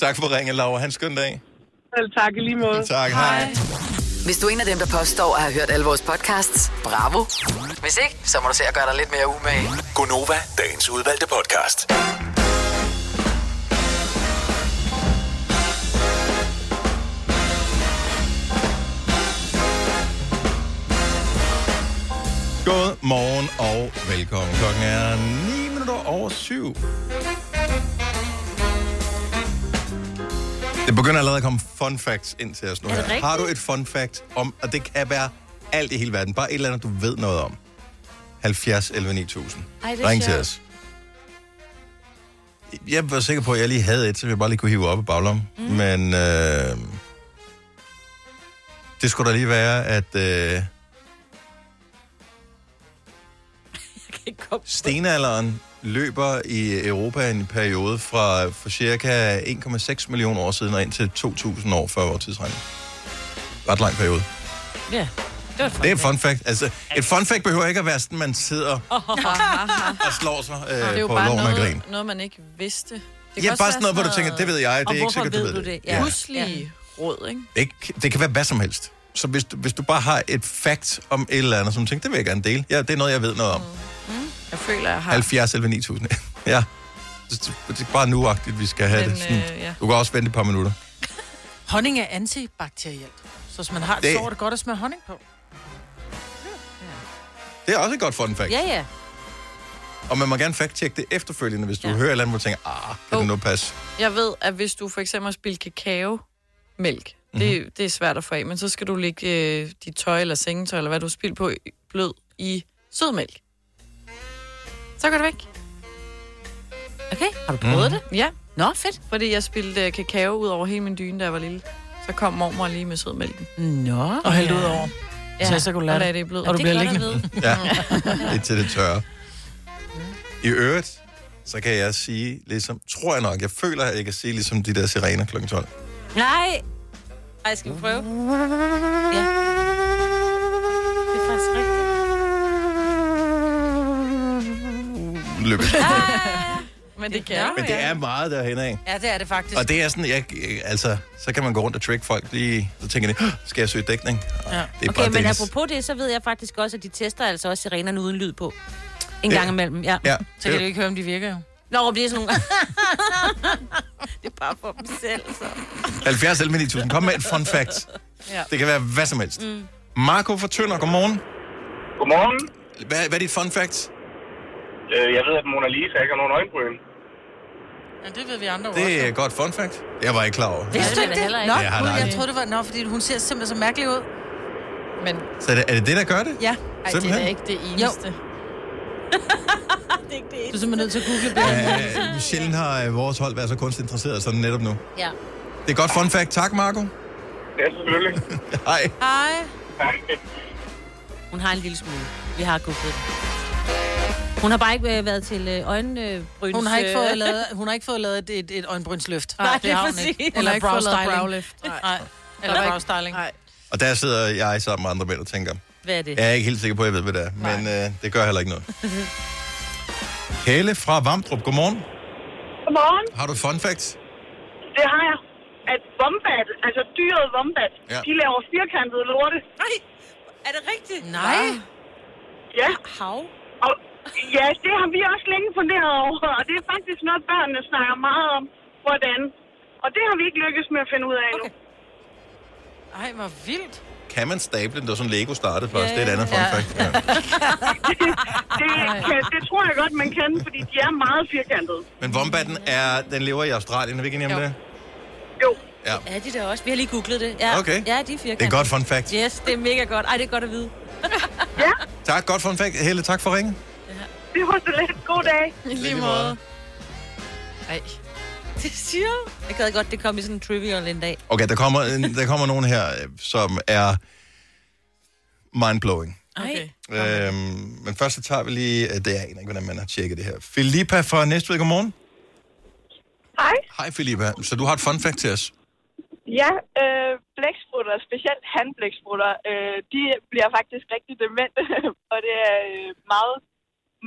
Tak for ringen, Laura. Han skøn dag.
Selv tak i lige måde.
Tak, hej.
Hvis du er en af dem, der påstår at have hørt alle vores podcasts, bravo. Hvis ikke, så må du se at gøre dig lidt mere umage.
Gonova, dagens udvalgte podcast.
God morgen og velkommen. Klokken er 9 minutter over 7. Det begynder allerede at komme fun facts ind til os nu.
Er det
her.
rigtigt?
Har du et fun fact om, og det kan være alt i hele verden, bare et eller andet, du ved noget om. 70 11 9000.
Ej, det er
Ring til
sjovt.
os. Jeg var sikker på, at jeg lige havde et, så jeg bare lige kunne hive op i baglommen. Mm. Men øh, det skulle da lige være, at øh, stenalderen løber i Europa en periode fra for cirka 1,6 millioner år siden og ind til 2.000 år før vores tidsregning. Ret lang periode.
Ja, det var et
Det er et fun fact. Altså, et fun fact behøver ikke at være sådan, man sidder og slår sig øh,
det er jo
på
bare
loven af grin.
noget, noget, man ikke vidste. Det
Ja,
kan også
bare
være
sådan noget, hvor du tænker, det ved jeg, det er ikke sikkert, du ved det. Ja.
Huslige råd, ikke?
Ikke, det kan være hvad som helst. Så hvis, du- hvis du bare har et fakt om et eller andet, som du tænker, det vil jeg gerne dele. Ja, det er noget, jeg ved noget om. Mm.
Jeg føler, jeg har...
70 11 9000. ja. Det det er bare nuagtigt, vi skal have
Men,
det. Sådan.
øh, ja.
Du kan også vente et par minutter.
Honning er antibakterielt. Så hvis man har et
Det-
sår, er det godt at smøre honning på.
Det er også et godt fun fact.
Ja, ja.
Og man må gerne fact-tjekke det efterfølgende, hvis du ja. hører et eller andet, hvor du tænker, ah, kan oh. det nu passe?
Jeg ved, at hvis du for eksempel har spildt kakaomælk,
Mhm.
det, mm-hmm. det er svært at få af, men så skal du lægge øh, dit tøj eller sengetøj, eller hvad du har spildt på, i- blød i sødmælk. Så går det væk.
Okay, har du
prøvet Mhm.
Ja.
Nå, fedt.
Fordi jeg spildte øh, kakao ud over hele min dyne, da jeg var lille. Så kom mormor lige med sødmælken.
Nå.
Og hælde ud over.
Ja,
Så- så kunne du lade
og
det.
lade det i blød.
Og du Det er bliver godt at liggende.
Ja, lidt til det tørre. I øvrigt, så kan jeg sige, ligesom, tror jeg nok, jeg føler, at jeg kan sige ligesom de der sirener kl. 12.
Nej. Ej, skal vi prøve? Ja. Det er faktisk rigtigt.
Løb.
Men det kan
Men det er meget derhen af.
Ja, det er det faktisk.
Og det er sådan, jeg, altså, så kan man gå rundt og trick folk lige, så tænker de, "Hå, skal jeg søge dækning?
Ja.
Det er
Okay,
bare
men
Dennis.
apropos det, så ved jeg faktisk også, at de tester altså også sirenerne uden lyd på. En
Ja.
gang imellem, ja.
Ja.
Så kan du ikke høre, om de virker jo.
Nå, det er sådan nogle... det er bare for dem selv, så.
70 11 9000. Kom med et fun fact.
Ja.
Det kan være hvad som helst. Mm. Marco fra Tønder, godmorgen.
Godmorgen.
Hvad, hvad er dit fun fact?
Øh, jeg ved, at Mona Lisa ikke har nogen øjenbryn.
Ja, det ved vi andre jo
Det er et godt fun fact. Jeg var ikke klar over.
Vidste du
det
ikke det?
heller
Nå,
ikke.
Jeg har det
gud, jeg
aldrig.
troede, det var... Nå, fordi hun ser simpelthen så mærkelig ud.
Men...
Så er det, er det det, der gør det?
Ja.
Ej, det er
Simpelthen.
da ikke det eneste. Jo.
det er ikke det
Du er simpelthen nødt til at google det.
Ja, sjældent har øh, vores hold været så kunstigt interesseret som netop nu.
Ja.
Det er et godt fun fact. Tak, Marco.
Ja, selvfølgelig.
Hej.
Hej. Hun har en lille smule. Vi har googlet det. Hun har bare ikke øh, været til øh, øjenbryns...
Hun har ikke
øh,
fået lavet, hun har ikke fået lavet et, et, et øjenbrynsløft.
Nej, det er
har
præcis.
ikke.
Hun har
Eller
ikke
brow
fået lavet
styling.
brow lift.
Nej. Nej. Eller brow styling. Nej.
Og der sidder jeg sammen med andre mænd og tænker,
Hvad er det?
jeg er ikke helt sikker på, at jeg ved, hvad det er, men øh, det gør heller ikke noget. Helle fra Vamdrup, godmorgen.
Godmorgen.
Har du et fun fact?
Det har jeg. At wombat, altså dyret wombat,
Ja.
ja. de laver firkantede lorte.
Nej, er det rigtigt?
Nej.
Ja.
Hav?
Og, ja, det har vi også længe funderet over, og det er faktisk noget, børnene snakker meget om, hvordan. Og det har vi ikke lykkes med at finde ud af endnu. Okay.
Ej, hvor vildt.
Kan man stable den? Det var sådan Lego startede
Ja,
først. Det er et andet fun
ja.
fact. Ja.
det, kan, det tror jeg godt, man kan, fordi de er meget firkantede.
Men Wombatten er, den lever i Australien, er vi ikke enige om det?
Jo.
Ja.
Er de der også? Vi har lige googlet det. Ja,
Okay.
ja de er firkantet.
Det er et godt fun fact.
Yes, det er mega godt. Ej, det er godt at vide.
Tak, godt fun fact. Helle, tak for ringen.
Det var så let. God dag.
I lige måde.
Ej. Det siger jeg. Jeg gad godt, det kom i sådan en trivial en dag.
Okay, der kommer, en- der kommer nogen her, øh, som er mind-blowing.
Okay.
Øhm, men først så tager vi lige, øh, det er jeg aner ikke, hvordan man har tjekket det her. Filippa fra Næstved, godmorgen.
Hej.
Hej Filippa, så du har et fun fact til os.
Ja, øh, blæksprutter, specielt handblæksprutter, øh, de bliver faktisk rigtig demente, og det er øh, meget,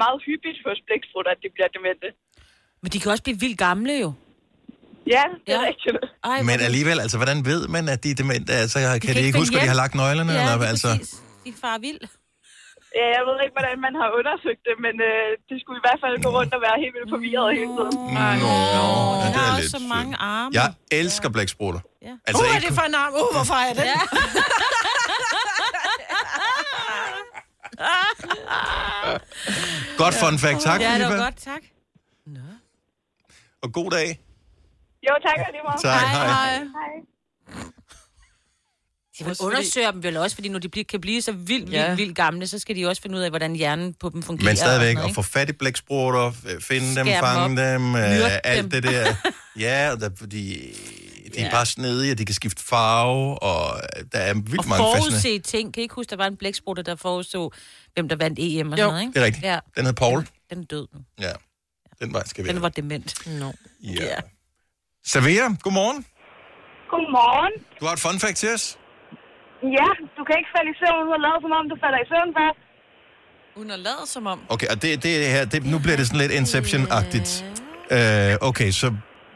meget hyppigt hos blæksprutter, at de bliver demente.
Men de kan også blive vildt gamle jo.
Ja, det er rigtigt.
Ej,
Men alligevel, altså, hvordan ved man, at de er demente? Altså, kan, kan de ikke huske, at de har lagt nøglerne?
Ja,
eller,
det er
altså,
præcis. De farer vild.
Ja, jeg ved ikke, hvordan man har undersøgt det, men øh, det skulle i hvert fald gå rundt og være helt vildt forvirret hele tiden.
Nå, Mm. ja, det er lidt
Så
sødt.
mange arme.
Jeg elsker blæksprutter. Ja. Altså,
uh, er
ikke,
det for en arm? Uh, hvorfor er det? Ja.
godt fun fact. Tak,
Ja, det
Filippa.
var godt, tak.
Og god dag.
Jo, tak og lige meget.
Tak, Hej, hej. hej.
hej.
De vil undersøge dem vel også, fordi når de bliver, kan blive så vildt,
Ja.
vildt, vildt gamle, så skal de også finde ud af, hvordan hjernen på dem fungerer.
Men
og sådan
stadigvæk
noget,
at få fat i blæksprutter, f- finde dem,
Skære dem
fange
op.
dem,
Myrde
øh, alt
dem.
det der. Ja, og der, fordi de er bare snedige, og de kan skifte farve, og øh, der er vildt
Og
mange fascinerende.
forudse ting. Kan I ikke huske, der var en blæksprutter, der forudså, hvem der vandt EM og sådan noget, ikke?
det er rigtigt.
Ja,
Den hed Paul.
den er død nu.
Ja, den vej skal vi.
Den var dement. No.
Ja. Yeah. Savera, godmorgen.
Godmorgen.
Du har et fun fact til os.
Ja, du kan ikke falde i søvn uden at lade, som om du falder i søvn først.
Hun har lavet som om.
Okay, og det, det her, det, nu bliver det sådan lidt Inception-agtigt. Øh, okay, så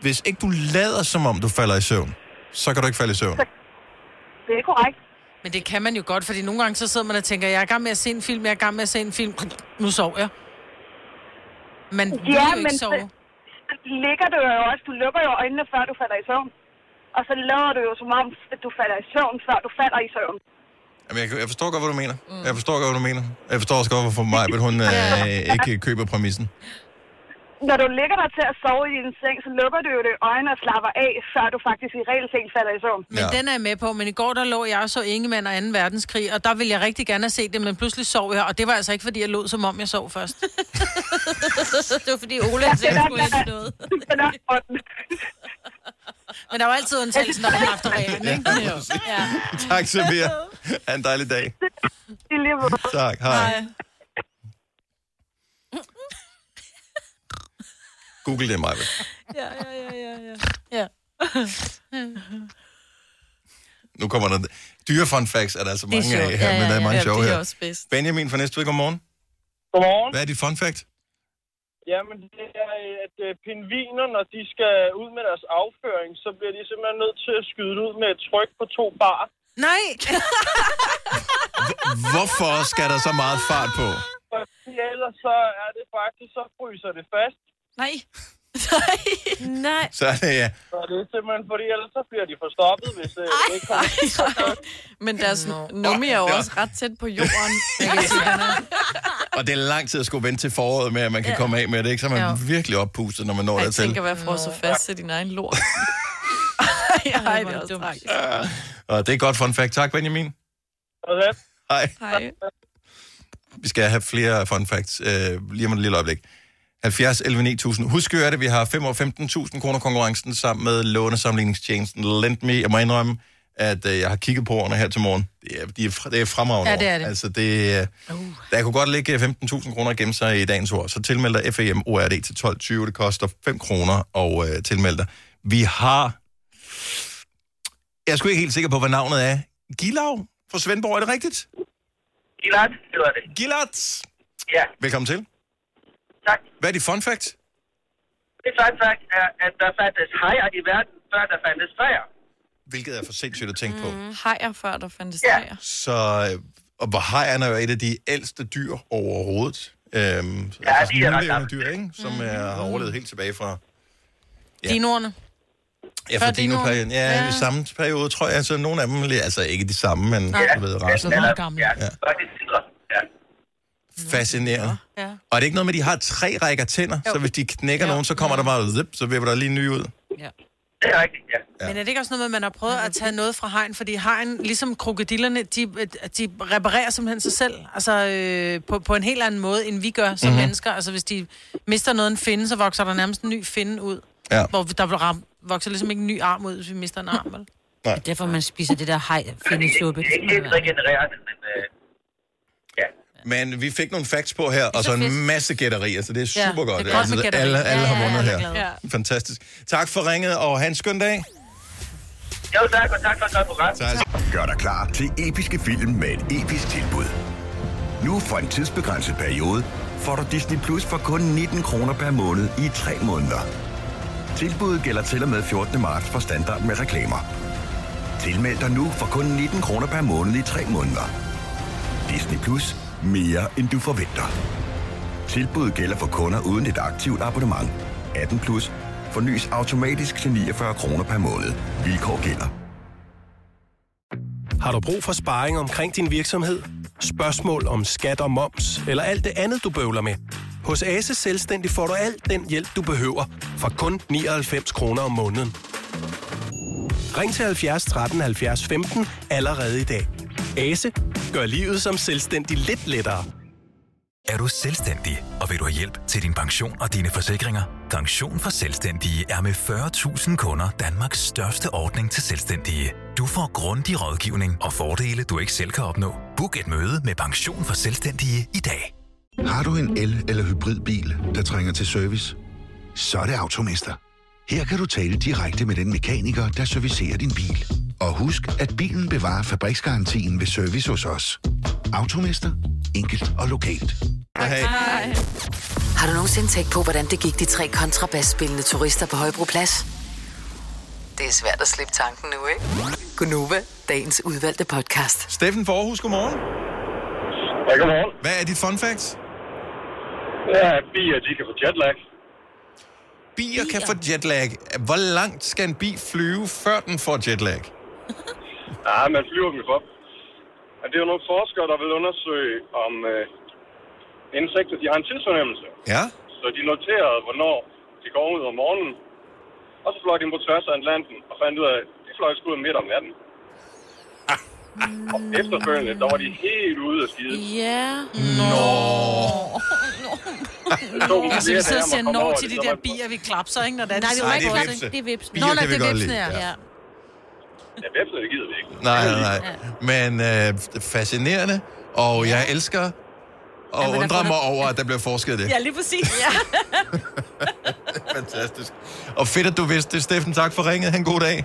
hvis ikke du lader som om, du falder i søvn, så kan du ikke falde i søvn.
Det er korrekt.
Men det kan man jo godt, fordi nogle gange så sidder man og tænker, jeg er i gang med at se en film, jeg er i gang med at se en film, nu sover jeg. Man ja, vil jo ikke
men
sove.
så ligger du jo også, du lukker jo øjnene, før du falder i søvn. Og så laver du jo som om, at du falder i søvn, før du falder i søvn.
Jamen, jeg, kan- jeg forstår godt, hvad du mener. Mm. Jeg forstår godt, hvad du mener. Jeg forstår også godt, hvorfor mig, men hun øh, ikke køber præmissen.
Når du ligger dig til at sove i din seng, så lukker du jo det øjne og slapper af, før du faktisk i regelseng falder i søvn.
Men ja. den er jeg med på, men i går der lå jeg og så Ingemann og 2. verdenskrig, og der ville jeg rigtig gerne have set det, men pludselig sov jeg, og det var altså ikke, fordi jeg lå, som om jeg sov først.
det var fordi Ole han selv skulle ind i noget.
Men der var altid undtagelsen, når man har haft reglen, ikke?
Ja, tak, Sofia. Ha' en dejlig dag.
I lige måde.
Tak, hej. hej. Google det, Maja.
Ja, ja, ja, ja, ja.
ja.
Nu kommer der... Dyre fun facts er der altså
Det er
mange
sjovt.
af her,
Ja,
men der er
ja,
mange
ja.
sjove
Ja,
her.
det er også bedst.
Benjamin fra Næstved, godmorgen.
Godmorgen.
Hvad er dit fun fact?
Jamen, det er, øh, at øh, pingviner, når de skal ud med deres afføring, så bliver de simpelthen nødt til at skyde det ud med et tryk på to bar.
Nej!
Hvorfor skal der så meget fart på?
Fordi ellers så er det faktisk, så fryser det fast.
Nej. Nej. Nej.
Så er det, ja.
Så det er simpelthen fordi, ellers så bliver de forstoppet, hvis øh, det ikke kommer.
Men deres nummi er jo også ret tæt på jorden. Jeg kan sige, han er-
Og det er lang tid at skulle vente til foråret med, at man kan
Ja.
komme af med det, ikke? Så er man
Jo.
virkelig oppustet, når man når
Ej, Jeg
dertil.
tænker, hvad får så fast til din egen lort? Ej, ej, det er også tragisk.
Og det er et godt fun fact. Tak, Benjamin.
Okay.
Hej.
Hej.
Vi skal have flere fun facts øh, lige om et lille øjeblik. 70 11 9000. Husk at høre det, vi har 5 år 15.000 kroner konkurrencen sammen med lånesamligningstjenesten Lendme. Jeg må indrømme, at øh, jeg har kigget på ordene her til morgen. Det er, de er, fr- det er fremragende
Ja, det er
ord.
det.
Altså, det øh, uh. Der kunne godt ligge 15.000 kroner gennem sig i dagens ord. Så tilmeld dig E FAM ORD til 12.20. Det koster 5 kroner og øh, tilmeld dig. Vi har... Jeg er sgu ikke helt sikker på, hvad navnet er. Gilav fra Svendborg, er det rigtigt?
Gilad hedder det.
Gilad!
Ja.
Velkommen til.
Tak.
Hvad er dit fun fact?
Det fun fact er, at der fandtes hajer i verden, før der fandtes træer.
Hvilket er for sindssygt at tænke mm. på.
Hajer før, der fandtes ja.
Så, øh, og hvor hajerne er jo et af de ældste dyr overhovedet. Øhm, ja, altså de
ret
er dyr, ikke? Som mm. er, har overlevet helt tilbage fra... Ja.
Dinoerne.
Ja,
Før
fra dinoperioden. Ja, ja, i samme periode, tror jeg. Altså, nogle af dem, altså ikke de samme, men
Nej.
ja. du ved, resten.
Så meget gamle.
Ja. Fascinerende.
Ja.
Og er det ikke noget med, at de har tre rækker tænder, jo. så hvis de knækker nogen, så kommer der bare, zip, så vipper der lige en ny ud. Ja.
Men er det ikke også noget med, at man har prøvet at tage noget fra hegn? Fordi hegn, ligesom krokodillerne, de, de reparerer simpelthen sig selv. Altså øh, på, på en helt anden måde, end vi gør som
Mhm.
mm-hmm. mennesker. Altså hvis de mister noget en finde, så vokser der nærmest en ny finde ud.
Ja.
Hvor der vil ram, vokser ligesom ikke en ny arm ud, hvis vi mister en arm. Vel?
Nej.
Derfor man spiser det der hej findesuppe.
Det er ikke helt regenererende, men øh,
Men vi fik nogle facts på her, og så en masse gætterier, så det er
Ja,
super godt.
det er godt med gætterier.
alle, alle
Ja,
har
ja,
vundet
alle er
her. Fantastisk. Tak for ringet, og have en skøn dag.
jo tak, og tak for et godt program.
Gør dig klar til episke film med et episk tilbud. Nu for en tidsbegrænset periode får du Disney Plus for kun 19 kroner per måned i 3 måneder. Tilbuddet gælder til og med 14. marts for standard med reklamer. Tilmeld dig nu for kun 19 kroner per måned i 3 måneder. Disney Plus. Mere end du forventer. Tilbuddet gælder for kunder uden et aktivt abonnement. 18 plus. Fornyes automatisk til 49 kroner per måned. Vilkår gælder.
Har du brug for sparring omkring din virksomhed? Spørgsmål om skat og moms, eller alt det andet, du bøvler med? Hos Ase Selvstændig får du alt den hjælp, du behøver, for kun 99 kroner om måneden. Ring til 70 13 70 15 allerede i dag. Ase gør livet som selvstændig lidt lettere.
Er du selvstændig, og vil du have hjælp til din pension og dine forsikringer? Pension for Selvstændige er med 40.000 kunder Danmarks største ordning til selvstændige. Du får grundig rådgivning og fordele, du ikke selv kan opnå. Book et møde med Pension for Selvstændige i dag.
Har du en el- eller hybridbil, der trænger til service? Så er det Automester. Her kan du tale direkte med den mekaniker, der servicerer din bil. Og husk, at bilen bevarer fabriksgarantien ved service hos os. Automester. Enkelt og lokalt.
Hej.
Har du nogensinde tænkt på, hvordan det gik de tre kontrabasspillende turister på Højbroplads? Det er svært at slippe tanken nu, ikke? Gunova, dagens udvalgte podcast.
Steffen for Aarhus, godmorgen.
Ja, godmorgen.
Hvad er dit fun fact?
Ja, bier, de kan få jetlag.
Bier kan få jetlag. Hvor langt skal en bi flyve, før den får jetlag?
Nej, man flyver dem jo for. Og det er jo nogle forskere, der vil undersøge, om øh, insekter de har en tidsfornemmelse.
Ja.
Så de noterede, hvornår de går ud om morgenen. Og så fløj de ind på tværs af Atlanten og fandt ud af, at de fløj sgu ud midt om natten. Og efterfølgende, der var de helt ude af skide.
Ja.
Det tog dem
Nå. Altså,
flere
vi sidder og
dage om
siger
at komme
nå
over
til
det,
de
så
der
var-
bier, vi klapser, ikke? Når det er
Nej, det er
Nej,
jo ikke godt.
Det er vipsen.
Bier
Nå, nej,
kan vi
det er
godt
vipsen,
lide,
ja.
ja.
ja.
Ja, vepsene, det gider vi ikke.
Nej, nej, nej. Men øh, fascinerende, og jeg elsker og
Ja, men
ja,
der
undrer
får
mig
du-
over, at der bliver forsket i det.
Ja, lige præcis. Ja.
Fantastisk. Og fedt, at du vidste det, Steffen. Tak for ringet. Han god dag.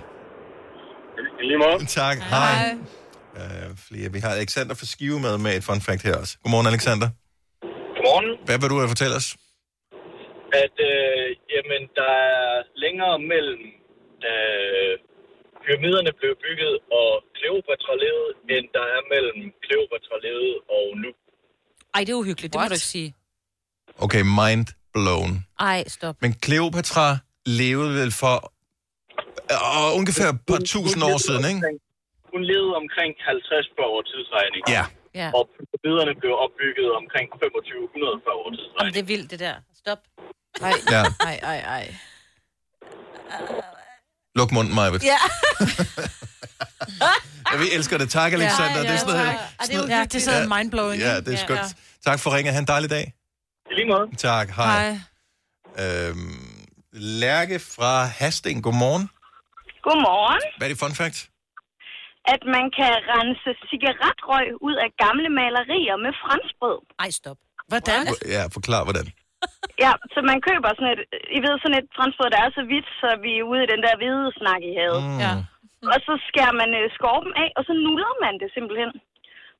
Lige måde.
Tak. Hej. Hej. Øh, flere. Vi har Alexander fra Skive med med et fun fact her også. Godmorgen, Alexander.
Godmorgen.
Hvad vil du have fortælle os?
At øh, jamen, der er længere mellem, da pyramiderne blev bygget og Kleopatra levede, end der er mellem Kleopatra levede og nu.
Ej, det er uhyggeligt, det må du ikke sige.
Okay, mind blown.
Ej, stop.
Men Kleopatra levede vel for øh, og ungefær et par tusind år siden, ikke?
Hun levede omkring 50 før år tidsregning.
Ja.
Ja.
Og pyramiderne blev opbygget omkring 2500 før år tidsregning.
Jamen, det er vildt, det der. Stop. Ej,
Ja.
ej, ej, ej.
Luk munden, Majbet.
Ja.
Ja, vi elsker det. Tak, Alexander.
Ja, ja,
det er sådan
tak.
noget,
Ej, det er jo- ja, det er sådan noget mindblowing,
Ja,
ikke?
det er
Ja,
skønt.
ja.
Tak for ringet. Ha' en dejlig dag.
I lige måde.
Tak. Hej. Hej. Øhm, Lærke fra Hasting. Godmorgen.
Godmorgen.
Hvad er det fun fact?
At man kan rense cigaretrøg ud af gamle malerier med franskbrød.
Ej, stop.
Hvordan?
Ja, forklar hvordan.
Ja, så man køber sådan et, I ved, sådan et franskbrød, der er så hvidt, så vi er ude i den der hvide snak, I havde.
Mm.
Ja. Og så skærer man øh, skorpen af, og så nuller man det simpelthen.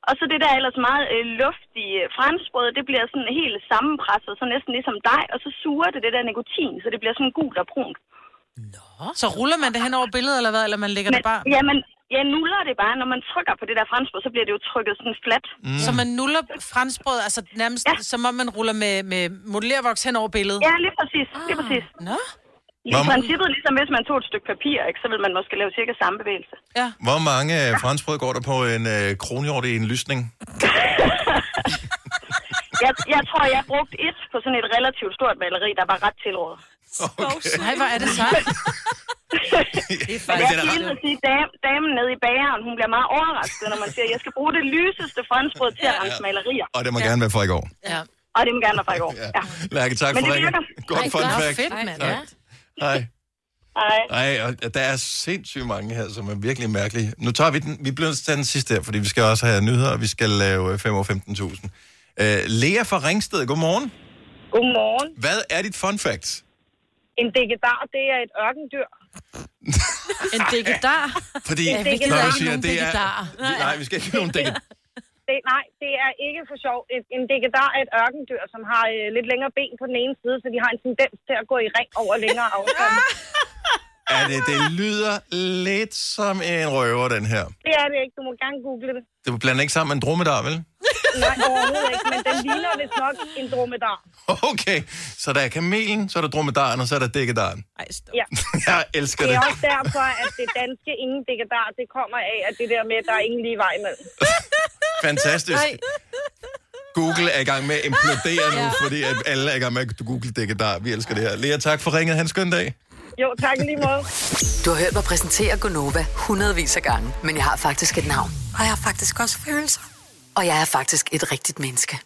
Og så det der ellers meget øh, luftige øh, franskbrød, det bliver sådan helt sammenpresset, så næsten ligesom dig, og så suger det det der nikotin, så det bliver sådan gult og brunt.
Så ruller man det hen over billedet, eller hvad? Eller man lægger
Men,
det bare...
ja, men jeg nuller det bare. Når man trykker på det der franskbrød, så bliver det jo trykket sådan fladt.
Mm. Så man nuller franskbrød, altså nærmest ja. som om man ruller med, med modellervoks hen over billedet.
Ja, lige præcis. Ah. Lige præcis.
Nå?
I
Nå, men-
princippet, ligesom hvis man tog et stykke papir, ikke, så vil man måske lave cirka samme bevægelse.
Ja.
Hvor mange øh, franskbrød går der på en øh, kronhjort i en lysning?
Jeg, jeg tror, jeg brugte et på sådan et relativt stort maleri, der var ret tilrådet.
Okay. Nej, hvor er det sejt.
Men jeg skal lige sige, dam, damen nede i bageren, hun bliver meget overrasket, når man siger, jeg skal bruge det lyseste franskbrød til at rense malerier.
Og det må ja. gerne være fra i går.
Ja. Og det må gerne være fra i går. Ja.
Lærke, tak
Men
for
det
ringen.
virker.
Godt
Ej,
fun
det er
fact.
fedt, mand.
Tak.
Ja.
Hej.
Hej.
Ej, og der er sindssygt mange her, som er virkelig mærkelige. Nu tager vi den. Vi bliver nødt til at tage den sidste her, fordi vi skal også have nyheder, og vi skal lave 5 over 15.000. Øh, Lea fra Ringsted, godmorgen.
Godmorgen.
Hvad er dit fun fact?
En digedar, det er et ørkendyr.
en digedar?
Fordi,
En digedar.
når
Ikke
du siger,
nogen
det er...
dikkedarer.
Nej, nej, vi skal ikke have nogen dække.
Det, nej, det er ikke for sjov. Et, en digedar er et ørkendyr, som har øh, lidt længere ben på den ene side, så de har en tendens til at gå i ring over længere afstande.
Er det, det lyder lidt som en røver, den her.
det er det ikke. Du må gerne google det.
Det blander ikke sammen med en dromedar, vel?
Nej, overhovedet ikke, men den ligner vist nok en dromedar.
Okay, så der er kamelen, så er der dromedaren, og så er der dækkedaren.
Ja.
Jeg elsker
Det
det.
er også derfor, at det danske ingen digedar, det kommer af, at det der med, at der er ingen lige vej imellem.
Fantastisk.
Nej.
Google er i gang med at implodere nu, fordi at alle er i gang med at google dækkedar. Vi elsker det her. Lea, tak for ringet. Han skøn dag.
Jo, tak lige måde.
Du har hørt mig præsentere Gonova hundredvis af gange, men jeg har faktisk et navn. Og jeg har faktisk også følelser. Og jeg er faktisk et rigtigt menneske.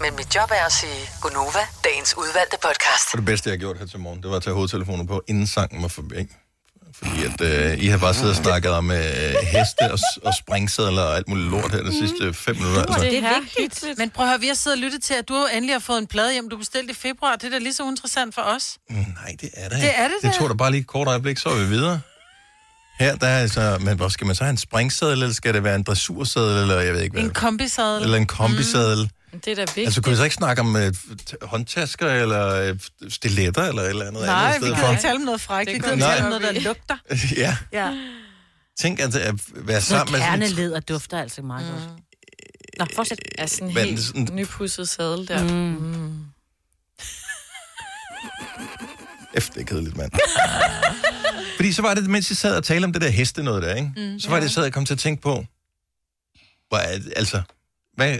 Men mit job er at sige Gonova, dagens udvalgte podcast.
Og det bedste, jeg har gjort her til morgen, det var at tage hovedtelefoner på, inden sangen var forbi. Fordi at, øh, I har bare siddet og snakket om øh, heste og, og springsedler og alt muligt lort her de sidste fem minutter. Altså.
Det er vigtigt. Men prøv at høre, vi har siddet og lyttet til, at du endelig har fået en plade hjem, du bestilte i februar. Det er da lige så interessant for os.
Mm, Nej, det er det.
Det er det
Det
da.
tog da bare lige et kort øjeblik, så er vi videre. Her, der er altså, men hvor skal man så have en springseddel, eller skal det være en dressurseddel, eller jeg ved ikke hvad?
En kombisadel.
Eller en kombiseddel.
Men Det er da vigtigt.
Altså, kunne vi så ikke snakke om uh, håndtasker, eller uh, stiletter, eller et eller andet andet
Nej,
i
vi
stedet
kan
for?
ikke tale om noget frækt. Vi
Det
kan
går
tale om
vi.
noget, der lugter.
ja,
Ja.
Tænk altså, at, at være
Sådan
sammen med
noget
sådan et
kerneleder dufter altså meget mm. godt. Nå, fortsæt.
Ja, sådan en
Men
helt
Øh, sådan-
sådan... nypudset sadel der. Mm. Mm.
F, det er kedeligt, mand. Fordi så var det, mens jeg sad og talte om det der heste noget der, ikke? Mm,
Mm.
så var det, jeg sad og kom til at tænke på, hvor er, det- altså, hvad,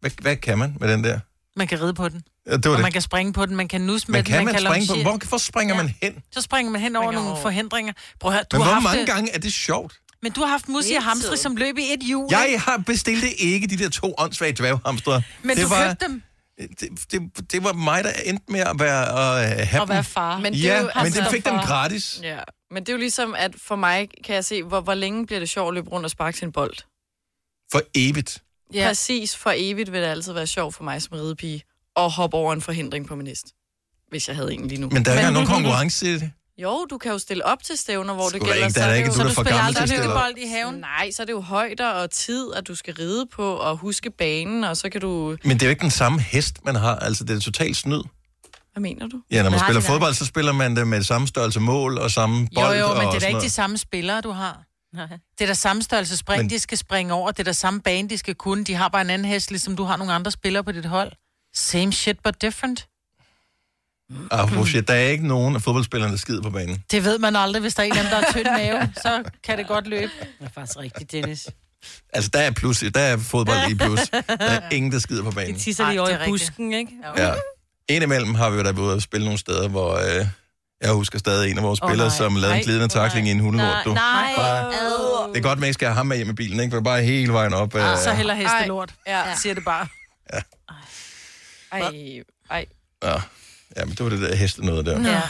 hvad, hvad kan man med den der?
Man kan ride på den.
Ja, det var
og
det.
man kan springe på den, man kan nusse med
Men
den.
kan man springe på
longerer.
den? Hvor- hvorfor springer man hen?
Så springer man hen over nogle forhindringer. Prøv at høre, du
Men
har
hvor
haft,
mange
øh,
gange er det sjovt?
Men du har haft Musi og
Hele
Hamstri
tiden.
som løb i et hjul.
Jeg
ikke?
har bestilte ikke de der to åndssvage dværghamstre.
Men
det
du
var,
købte dem.
Det, det, det var mig, der endte med at være, at have
At
dem.
være far.
Men det
ja,
er jo, altså
men
altså,
det fik dem
for-
gratis.
Ja. Men det er jo ligesom, at for mig kan jeg se, hvor, hvor længe bliver det sjovt at løbe rundt og sparke til en bold.
For evigt.
Ja. Præcis for evigt vil det altid være sjovt for mig som ridepige at hoppe over en forhindring på min hest. Hvis jeg havde en lige nu.
Men der er ikke engang nogen konkurrence i det.
Jo, du kan jo stille op til stævner, hvor det
Sgu da
gælder.
ikke, der er da ikke- du er da for gammel til at stille op.
i haven? Nej, så er det jo højder og tid, at du skal ride på og huske banen, og så kan du...
Men det er jo ikke den samme hest, man har. Altså, det er totalt snyd.
Hvad mener du?
Ja, når man
Hvad har
spiller
de der?
fodbold, så spiller man det med samme størrelse mål og samme
Jo,
bold.
jo, men
og
det er da ikke
sådan
de
noget.
samme spillere, du har. Det er da samme størrelse spring,
Men-
men... de skal springe over. Det er da samme bane, de skal kunne. De har bare en anden hest, ligesom du har nogle andre spillere på dit hold. Same shit, but different.
Ah, shit, der er ikke nogen af fodboldspillerne, der skider på banen.
Det ved man aldrig, hvis der er en af dem, der har tynd mave. Så kan det godt løbe.
Det er faktisk rigtigt, Dennis.
Altså, der er, plus, der er fodbold i plus. Der er ingen, der skider på banen.
De tisser
Ej, det
lige over
er
i
rigtigt.
busken, ikke?
Ja. Indimellem har vi jo da været ude og spille nogle steder, hvor... Øh, jeg husker stadig en af vores
Åh,
spillere,
nej.
som lavede en
Nej.
glidende takling i en hundelort.
Nej,
du.
nej.
Bare-
Ad.
Det er godt, at man ikke skal have ham med hjem i bilen, ikke? For bare hele vejen op. Øh,
Ah, så heller hestelort. Ja. Siger det bare.
Ej, Øh, ej,
ja. ja, men det var det der heste noget der.
Ja.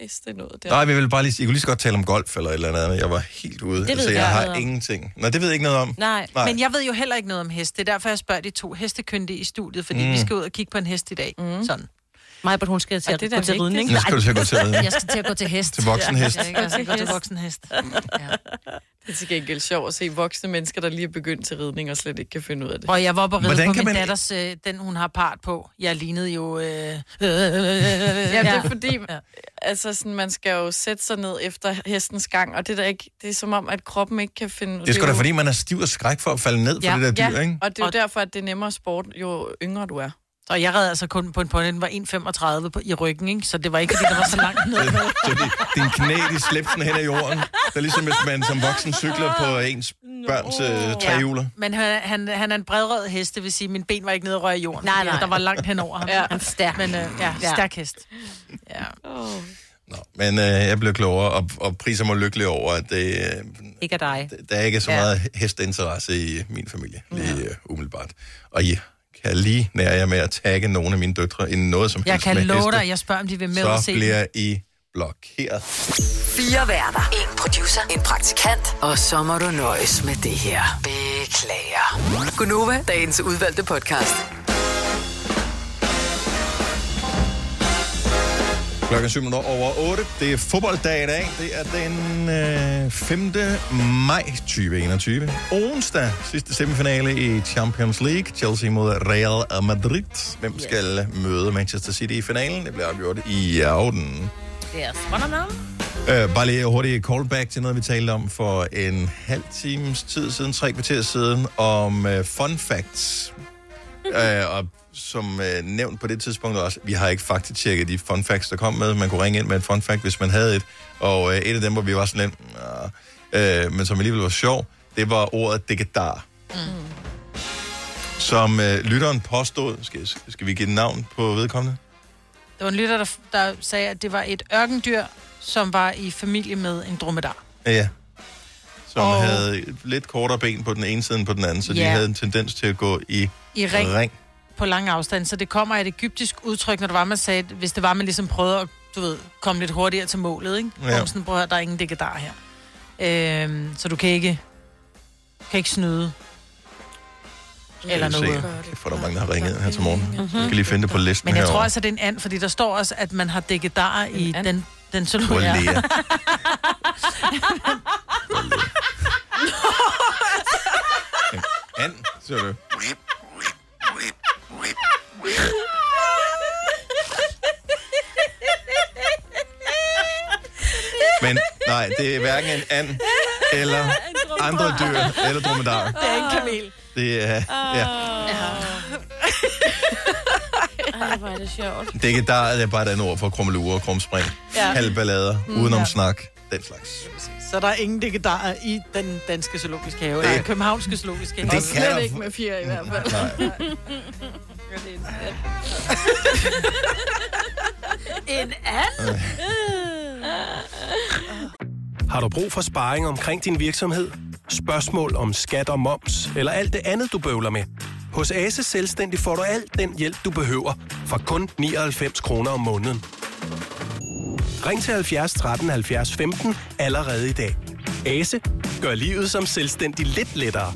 hest er noget der.
Nej, vi ville bare lige, jeg kunne lige så godt tale om golf eller et eller andet. Jeg var helt ude.
Det ved
altså, jeg,
jeg
har
noget om.
ingenting. Nej, det ved jeg ikke noget om.
Nej.
Nej.
Nej, men jeg ved jo heller ikke noget om heste. Det er derfor, jeg spørger de to hestekyndige i studiet, fordi
Mm.
mm. vi skal ud og kigge på en hest i dag. Mm. Sådan.
Mig, hun skal til
Og
at
det er
gå
da
til
vigtigt.
ridning.
Nu skal du til at gå til ridning.
Jeg skal til at gå til hest.
Til voksenhest.
Ja,
Jeg kan også
Til
gå til
hest.
voksenhest.
Det er til gengæld sjovt at se voksne mennesker, der lige er begyndt til ridning og slet ikke kan finde ud af det.
Og jeg var oppe og ride på min man... datters, øh, den hun har part på. Jeg lignede jo... Øh, øh, øh, øh,
Ja, det er fordi, altså sådan, man skal jo sætte sig ned efter hestens gang, og det er, da ikke, det er som om, at kroppen ikke kan finde...
Det er sgu da,
jo-
fordi man er stiv og skræk for at falde ned for det der dyr,
ja.
ikke?
og det er jo derfor, at det er nemmere sport, jo yngre du er.
Og jeg red altså kun på en pony, den var 1,35 på- i ryggen, ikke? så det var ikke, fordi der var så langt ned.
Din knæ, de slæbte sådan hen ad jorden. Det er ligesom, hvis man som voksen cykler på ens børns øh, trehjuler.
Men han, han, han er en bredrød hest, det vil sige, at mine ben var ikke nede og røre i jorden.
Nej,
fordi
nej.
Der var langt hen over ham.
Ja. Han er stærk.
Men øh, ja,
Ja.
stærk hest. Ja.
Oh.
Men øh, jeg blev klogere og, og priser mig lykkelig over, at det, øh,
Ikke af dig.
der er ikke er så meget hesteinteresse i min familie lige øh, umiddelbart. Og I kan lige nære jer med at tagge nogle af mine døtre i noget som
Jeg
helst
kan
med
love
heste.
dig, jeg spørger, om de vil med ud og
så
se den.
bliver I blokeret.
Fire værter. En producer. En praktikant. Og så må du nøjes med det her. Beklager. Gunova, dagens udvalgte podcast.
Klokken 7 minutter over 8. Det er fodbolddag i dag. Det er den øh, 5. maj 2021. Onsdag, sidste semifinale i Champions League. Chelsea mod Real Madrid. Hvem skal møde Manchester City i finalen? Det bliver afgjort i aften.
Det er spændende.
Øh, bare lige hurtigt callback til noget, vi talte om for en halv times tid siden, tre kvarter siden, om øh, fun facts. øh, og som øh, nævnt på det tidspunkt også, vi har ikke faktatjekket de fun facts, der kom med. Man kunne ringe ind med et fun fact, hvis man havde et. Og øh, et af dem, hvor vi var sådan lidt, "Nå", øh, men som alligevel var sjov, det var ordet dekadar. Som øh, lytteren påstod, skal, skal vi give et navn på vedkommende?
Det var en lytter, der, der sagde, at det var et ørkendyr, som var i familie med en dromedar.
Ja. Som og...
Og-
havde lidt kortere ben på den ene side end på den anden, så de
Ja.
havde en tendens til at gå i,
I ring.
ring.
på lang afstand, så det kommer af et egyptisk udtryk, når det var, man sagde, at hvis det var, man ligesom prøvede at, du ved, komme lidt hurtigere til målet, ikke?
Ja.
Ja. Om sådan, prøv at høre, der er ingen dekadar her. Øhm, så du kan ikke, kan ikke snyde. Eller
Skal vi se.
noget. Mhm.
Kæft, hvor er der mange, der har ringet her til morgen. Jeg skal lige finde det på listen
Men jeg tror
herovre.
altså, det er en and, fordi der står også, at man har dekadar i den, den zoologi.
Prøv at lære. And, ser du. Men nej, det er hverken en and eller andre dyr, eller dromedarer.
Det er en kamel.
Det er, ja.
Ej, hvor er det sjovt.
Dækket der er bare et andet ord for krummelure og krumspring.
Ja.
Ja. Halvballader,
Mm,
udenom
ja.
snak, den slags.
Så der er ingen dikkedarer i den danske zoologiske have,
Det-
eller københavnske zoologiske have.
Det Og kan slet der- ikke
med fire i hvert
fald.
en anden?
Øh.
Har du brug for sparring omkring din virksomhed? Spørgsmål om skat og moms, eller alt det andet, du bøvler med? Hos Ase Selvstændig får du alt den hjælp, du behøver, for kun 99 kroner om måneden. Ring til 70 13 70 15 allerede i dag. Ase gør livet som selvstændig lidt lettere.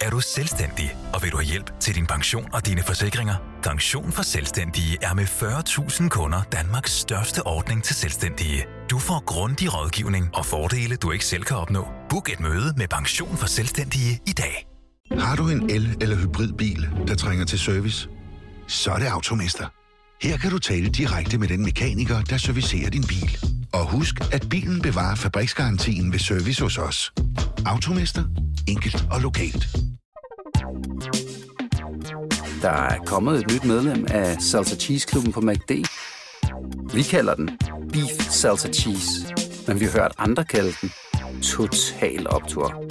Er du selvstændig, og vil du have hjælp til din pension og dine forsikringer? Pension for Selvstændige er med 40.000 kunder Danmarks største ordning til selvstændige. Du får grundig rådgivning og fordele, du ikke selv kan opnå. Book et møde med Pension for Selvstændige i dag.
Har du en el- eller hybridbil, der trænger til service? Så er det Automester. Her kan du tale direkte med den mekaniker, der servicerer din bil. Og husk, at bilen bevarer fabriksgarantien ved service hos os. Automester. Enkelt og lokalt.
Der er kommet et nyt medlem af Salsa Cheese Klubben på MACD. Vi kalder den Beef Salsa Cheese, men vi har hørt andre kalde den Total Optor.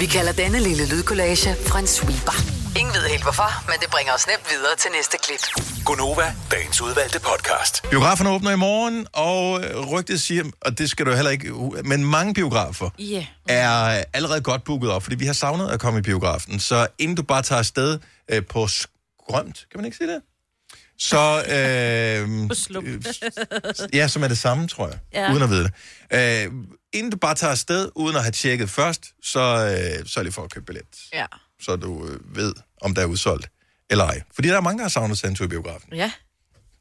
Vi kalder denne lille lydkollage en sweeper. Ingen ved helt hvorfor, men det bringer os nemt videre til næste klip.
Gonova, dagens udvalgte podcast.
Biograferne åbner i morgen, og øh, rygtet siger, og det skal du heller ikke, men mange biografer
Ja.
er allerede godt booket op, fordi vi har savnet at komme i biografen. Så inden du bare tager afsted øh, på skrømt, kan man ikke sige det? Så, øh,
På slum.
ja, som er det samme, tror jeg,
Ja.
ja. uden at vide det. Øh, inden du bare tager afsted, uden at have tjekket først, så øh, sørg lige for at købe billet,
Ja.
så du øh, ved, om der er udsolgt eller ej. Fordi der er mange, der har savnet at i biografen.
Ja.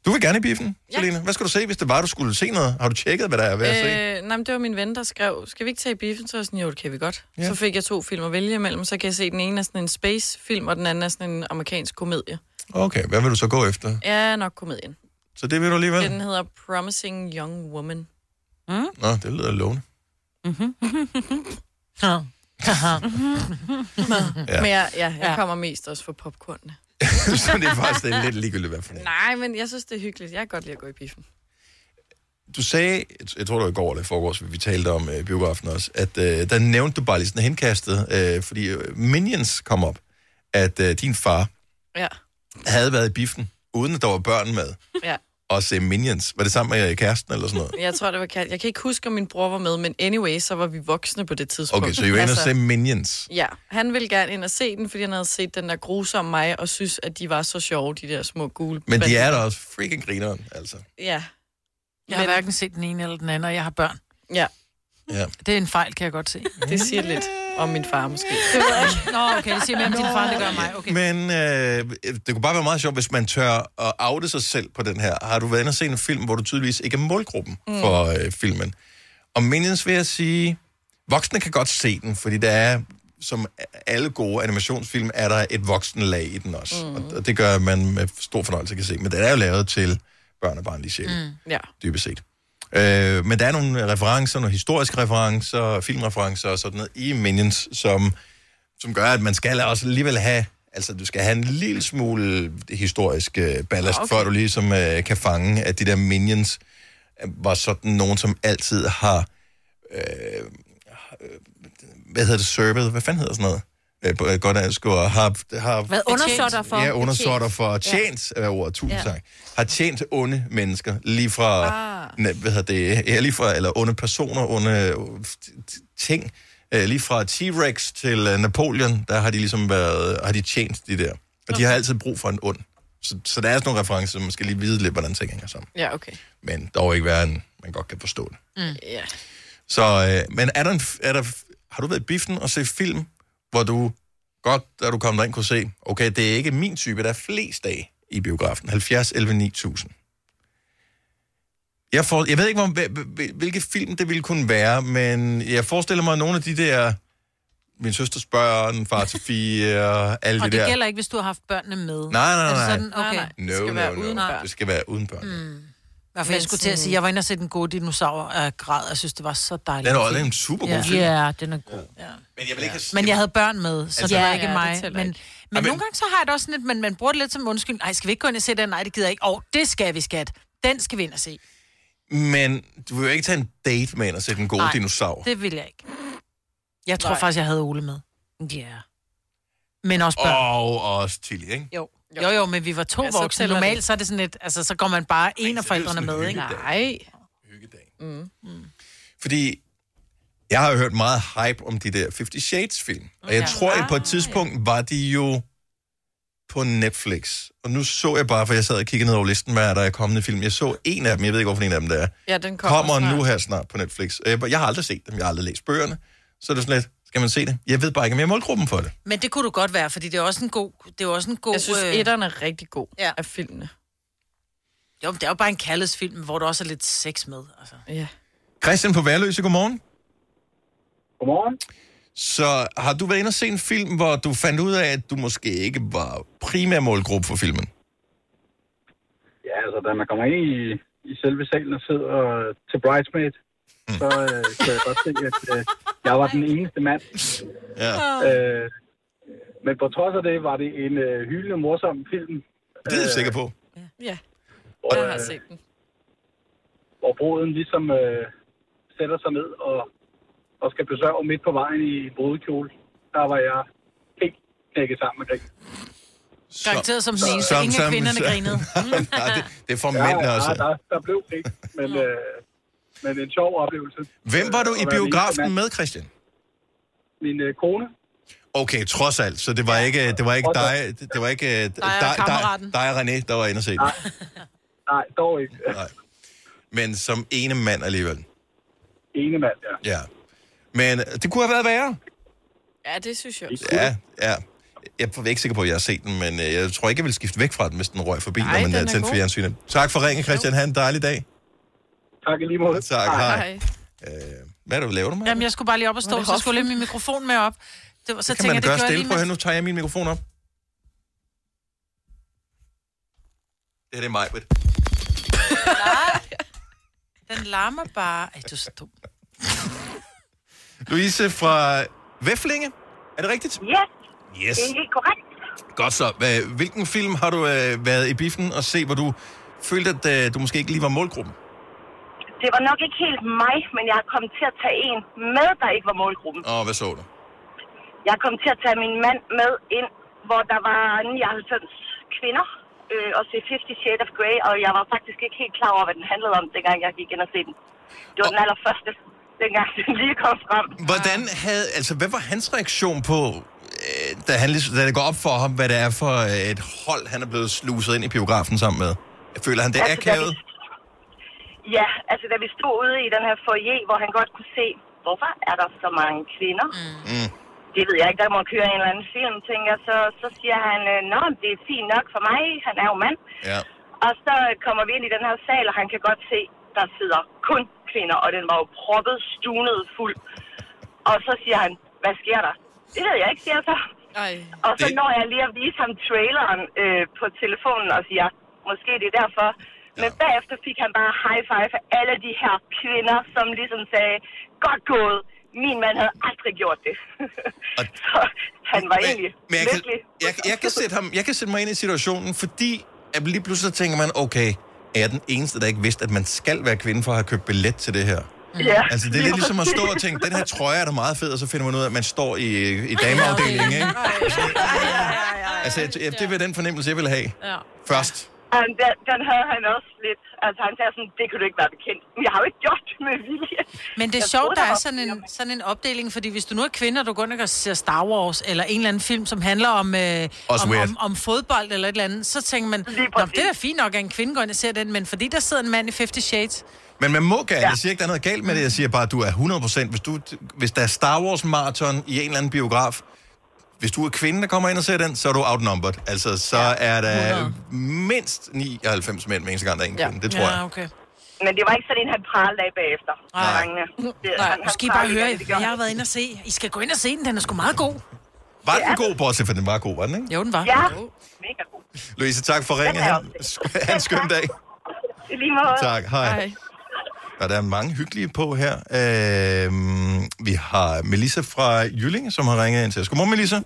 Du vil gerne i biffen, ja. Selina. Hvad skal du se, hvis det var, du skulle se noget? Har du tjekket, hvad der er ved at se?
Øh, nej, men det var min ven, der skrev, skal vi ikke tage i biffen? Så var jeg sådan, jo, det kan vi godt. Ja. Så fik jeg to film at vælge imellem, så kan jeg se, den ene er sådan en space-film, og den anden er sådan en amerikansk komedie.
Okay, hvad vil du så gå efter?
Ja, nok komedien.
Så det vil du alligevel?
Den hedder Promising Young Woman. Mm.
Nå, det lyder lovende.
Ja.
Ja.
Men jeg, ja, jeg kommer mest også for popcornene.
så det er faktisk det er lidt ligegyldigt, hvad for en.
Nej, men jeg synes, det er hyggeligt. Jeg kan godt lide at gå i biffen.
Du sagde, jeg tror det var i går eller i forgårs, vi talte om øh, biografen også, at øh, der nævnte du bare lige sådan henkastet, øh, fordi øh, Minions kom op, at øh, din far
Ja,
havde været i biffen, uden at der var børn med,
ja.
og se Minions. Var det sammen med øh, kæresten eller sådan noget?
Jeg tror, det var kaldt. Jeg kan ikke huske, om min bror var med, men anyway, så var vi voksne på det tidspunkt.
Okay, så I var inde og
Altså,
se Minions.
Ja, han ville gerne ind og se den, fordi han havde set den der grusomme mig, og synes, at de var så sjove, de der små gule.
Men de
bande-
er da også freaking grineren, altså.
Ja.
Jeg har hverken set den ene eller den anden, og jeg har børn.
Ja.
Ja.
Det er en fejl, kan jeg godt se.
Det siger lidt om min far, måske.
Det ved jeg ikke. Nå, okay, det siger mere om din far, end det gør mig. Okay.
Men øh, det kunne bare være meget sjovt, hvis man tør at oute sig selv på den her. Har du været inde og se en film, hvor du tydeligvis ikke er målgruppen
Mm.
mm. for øh, filmen? Og Minions vil jeg sige, voksne kan godt se den, fordi der er, som alle gode animationsfilm, er der et voksenlag i den også. Mm. Og, og det gør, at man med stor fornøjelse kan se. Men den er jo lavet til børn og barnlige sjæle, mm.
Ja.
dybest set. Øh, men der er nogle referencer, nogle historiske referencer, filmreferencer og sådan noget i Minions, som som gør, at man skal også alligevel have, altså du skal have en lille smule historisk øh, ballast, okay.
Okay.
før du ligesom øh, kan fange, at de der minions øh, var sådan nogen, som altid har, øh, øh, hvad hedder det, servet, hvad fanden hedder sådan noget? Øh, på- øh, godt dansk ord, har, har...
Været undersåtter for.
Ja, undersåtter for.
Betjent. Ja.
Tjent er ordet, tusind
Ja.
ja. tak. Har tjent onde mennesker, lige fra, ah. ne, hvad hedder det, ja, lige fra, eller onde personer, onde øh, t- t- ting, Øh, lige fra T-Rex til øh, Napoleon, der har de ligesom været, har de tjent de der. Og de har altid brug for en ond. Så, så der er sådan nogle referencer, man skal lige vide lidt, hvordan ting hænger sammen.
Ja, okay.
Men dog ikke være en, man godt kan forstå det.
Mm. Ja.
Så, øh, men er der en, f- er der, f- har du været i biffen og se film, hvor du godt, da du kom derind, kunne se, okay, det er ikke min type, der er flest af i biografen. 70, 11, 9000. Jeg, for, jeg ved ikke, hvor, hvil- hvil- hvilke film det ville kunne være, men jeg forestiller mig, at nogle af de der, min søsters børn, far til fire, alle
Og
de
det
der.
gælder ikke, hvis du har haft børnene med.
Nej, nej,
Er det
nej.
sådan, okay.
No, no, no. Det skal være uden børn.
Mm. Nå, for jeg skulle til at
øh,
sige, jeg var inde og se den gode dinosaur af græd. Jeg synes, det var så dejligt.
Den er- den er en supergod
ja.
film.
Ja, den er god. Ja.
Men jeg vil ikke have...
Men jeg havde børn med, så altså, det var ikke
ja,
mig. Men,
det tæller
men,
ikke.
men nogle gange så har jeg det også sådan lidt, men man bruger det lidt som undskyld. Nej, skal vi ikke gå ind og se den? Nej, det gider jeg ikke. Åh, det skal vi, skat. Den skal vi ind og se.
Men du vil jo ikke tage en date med ind og sætte en god
Mm. Nej,
dinosaur.
det vil jeg ikke. Jeg tror
Nej.
Nej. faktisk, jeg havde Ole med. Ja. Yeah. Men også børn.
Og også Tilly, ikke?
Jo. Jo, jo, men vi var to
Ja,
ja,
så
voksne.
tæller det.
Normalt så er det sådan lidt, altså så går man bare en af forældrene med, ikke?
Nej.
Hyggedag.
Mm. Mm.
Fordi jeg har jo hørt meget hype om de der 50 Shades-film. Og jeg
Ja. Ah.
tror, at på et tidspunkt var de jo på Netflix. Og nu så jeg bare, for jeg sad og kiggede ned over listen, hvad er der er kommende film. Jeg så en af dem, jeg ved ikke, hvorfor en af dem det er.
Ja, den kommer,
Kommer,
snart.
nu her snart på Netflix. Og Jeg, jeg har aldrig set dem, jeg har aldrig læst bøgerne. Så er det sådan lidt, skal man se det? Jeg ved bare ikke, om jeg er målgruppen for det.
Men det kunne du godt være, fordi det er også en god... Det er også en god øh,
Jeg synes, etteren er rigtig god ja. af filmene.
Jo, men det er jo bare en kærlighedsfilm, hvor der også er lidt sex med. Altså.
Ja.
Christian på Værløse, godmorgen. Godmorgen. Så har du været inde og se en film, hvor du fandt ud af, at du måske ikke var primær målgruppe for filmen?
Ja, altså, da man kommer ind i, i selve salen og sidder øh, til Bridesmaid,
Mm.
så øh, kan jeg godt se, at øh, jeg var den eneste mand.
Ja.
Øh, men på trods af det, var det en øh, hyldende, morsom film.
Det er jeg sikker på.
Ja.
Og,
Jeg har set den.
hvor bruden ligesom øh, sætter sig ned og, og skal besørge midt på vejen i en brudekjole. Der var jeg helt knækket sammen med grin.
Garanteret som den eneste. Ingen af kvinderne grinede.
Nej, det, det er for mændene også.
Ja, der, der blev ikke, men, øh, men en sjov oplevelse.
Hvem var du
Øh,
i
at være den eneste
biografen
mand.
med, Christian?
Min øh, kone.
Okay, trods alt. Så det var ikke, det var ikke
Trods
dig, det- det var ikke øh, dig, dig,
kammeraten.
dig og René, der var inde og se den.
Nej, dog ikke.
Nej. Men som ene mand alligevel.
Ene mand, ja.
Ja. Men det kunne have været værre.
Ja, det synes jeg også.
Ja, ja. Jeg er ikke sikker på, at jeg har set den, men øh, jeg tror ikke, jeg vil skifte væk fra den, hvis den røg forbi,
Nej,
når man
den
er
er
tændt for
god.
fjernsynet. Tak for ringen, Christian. Ha' en dejlig dag.
Tak i lige måde.
Tak, hej. hej. Hvad er det, du laver du, Maja?
Jamen, jeg skulle bare lige op og
Var
stå,
det
så jeg skulle lige min mikrofon med op. Det var, så
Så kan
tænker
man
jeg, det
gøre
gjorde jeg
stille
lige,
på her.
mens-
Nu tager jeg min mikrofon op. Det er det mig, Britt.
Den larmer bare. Ej, du er så dum.
Louise fra Væflinge. Er det rigtigt?
Yes.
Yes.
Det er helt korrekt.
Godt så. Hva- Hvilken film har du øh, været i biffen og se, hvor du følte, at øh, du måske ikke lige var målgruppen?
Det var nok ikke helt mig, men jeg har kommet til at tage en med, der ikke var målgruppen.
Og hvad så du?
Jeg kom til at tage min mand med ind, hvor der var 99 kvinder øh, og se 50 Shades of Grey, og jeg var faktisk ikke helt klar over, hvad den handlede om, dengang jeg gik ind og se den. Det var den allerførste, dengang den lige kom frem.
Hvordan havde, altså, hvad var hans reaktion på, øh, da, han, ligesom- da det går op for ham, hvad det er for øh, et hold, han er blevet sluset ind i biografen sammen med? Føler han det
Altså, da vi-
akavet?
Ja, altså da vi stod ude i den her foyer, hvor han godt kunne se, hvorfor er der så mange kvinder?
Mm.
Det ved jeg ikke, der må køre en eller anden film, tænker jeg. Så, så siger han, øh, nå, men det er fint nok for mig, han er jo mand.
Ja.
Og så øh, kommer vi ind i den her sal, og han kan godt se, der sidder kun kvinder, og den var jo proppet, stunet fuld. Og så siger han, hvad sker der? Det ved jeg ikke, siger jeg så.
Ej.
Og så
Det-
når jeg lige at vise ham traileren øh, på telefonen og siger, måske det er derfor. Men bagefter fik han bare high five af alle de her kvinder, som ligesom sagde, godt gået, min mand havde aldrig gjort det. så han var egentlig
Men jeg kan,
lykkelig.
jeg, jeg, kan sætte ham, jeg kan sætte mig ind i situationen, fordi at lige pludselig så tænker man, okay, er jeg den eneste, der ikke vidste, at man skal være kvinde for at have købt billet til det her?
Mm. Ja.
Altså, det er lidt ligesom at stå og tænke, den her trøje er da meget fed, og så finder man ud af, at man står i, øh, i dameafdelingen, ikke? Altså, jeg, jeg, det er den fornemmelse, jeg vil have
Ja.
først.
Um, den, den havde han også lidt. Altså, han sagde sådan, det kunne du ikke være bekendt. Men jeg har jo ikke gjort det med vilje.
Men det er
Jeg
sjovt,
troede,
der
der
er
var
sådan en, sådan en opdeling, fordi hvis du nu er kvinde, og du går ind og ser Star Wars, eller en eller anden film, som handler om, øh,
Også
om,
weird.
om, om fodbold eller et eller andet, så tænker man, Nå, det er da fint nok, at en kvinde går ind og ser den, men fordi der sidder en mand i 50 Shades,
Men man må gerne. Jeg siger ikke, der er noget galt med det. Jeg siger bare, at du er 100%. Hvis, du, hvis der er Star Wars-marathon i en eller anden biograf, hvis du er kvinden, der kommer ind og ser den, så er du outnumbered. Altså, så er der
100.
mindst 99 mænd, hver eneste gang, der er en kvinde. Det tror jeg.
okay.
Men det var ikke sådan en, han pralede af bagefter.
Nej.
Drengene. Det,
Nej,
han- han
måske bare
pralede
høre,
ikke af det, det gjorde
jeg har
han.
været inde og se. I skal gå ind og se den, den er sgu meget god.
Var den god, bortset for den var god, var den ikke?
Jo, den var.
Ja.
Louise, tak for ringen. Han, en skøn dag.
I lige måde.
Tak, hej. Hej. Og der er mange hyggelige på her. Øhm, vi har Melissa fra Jyllinge, som har ringet ind til os. Godmorgen, Melissa.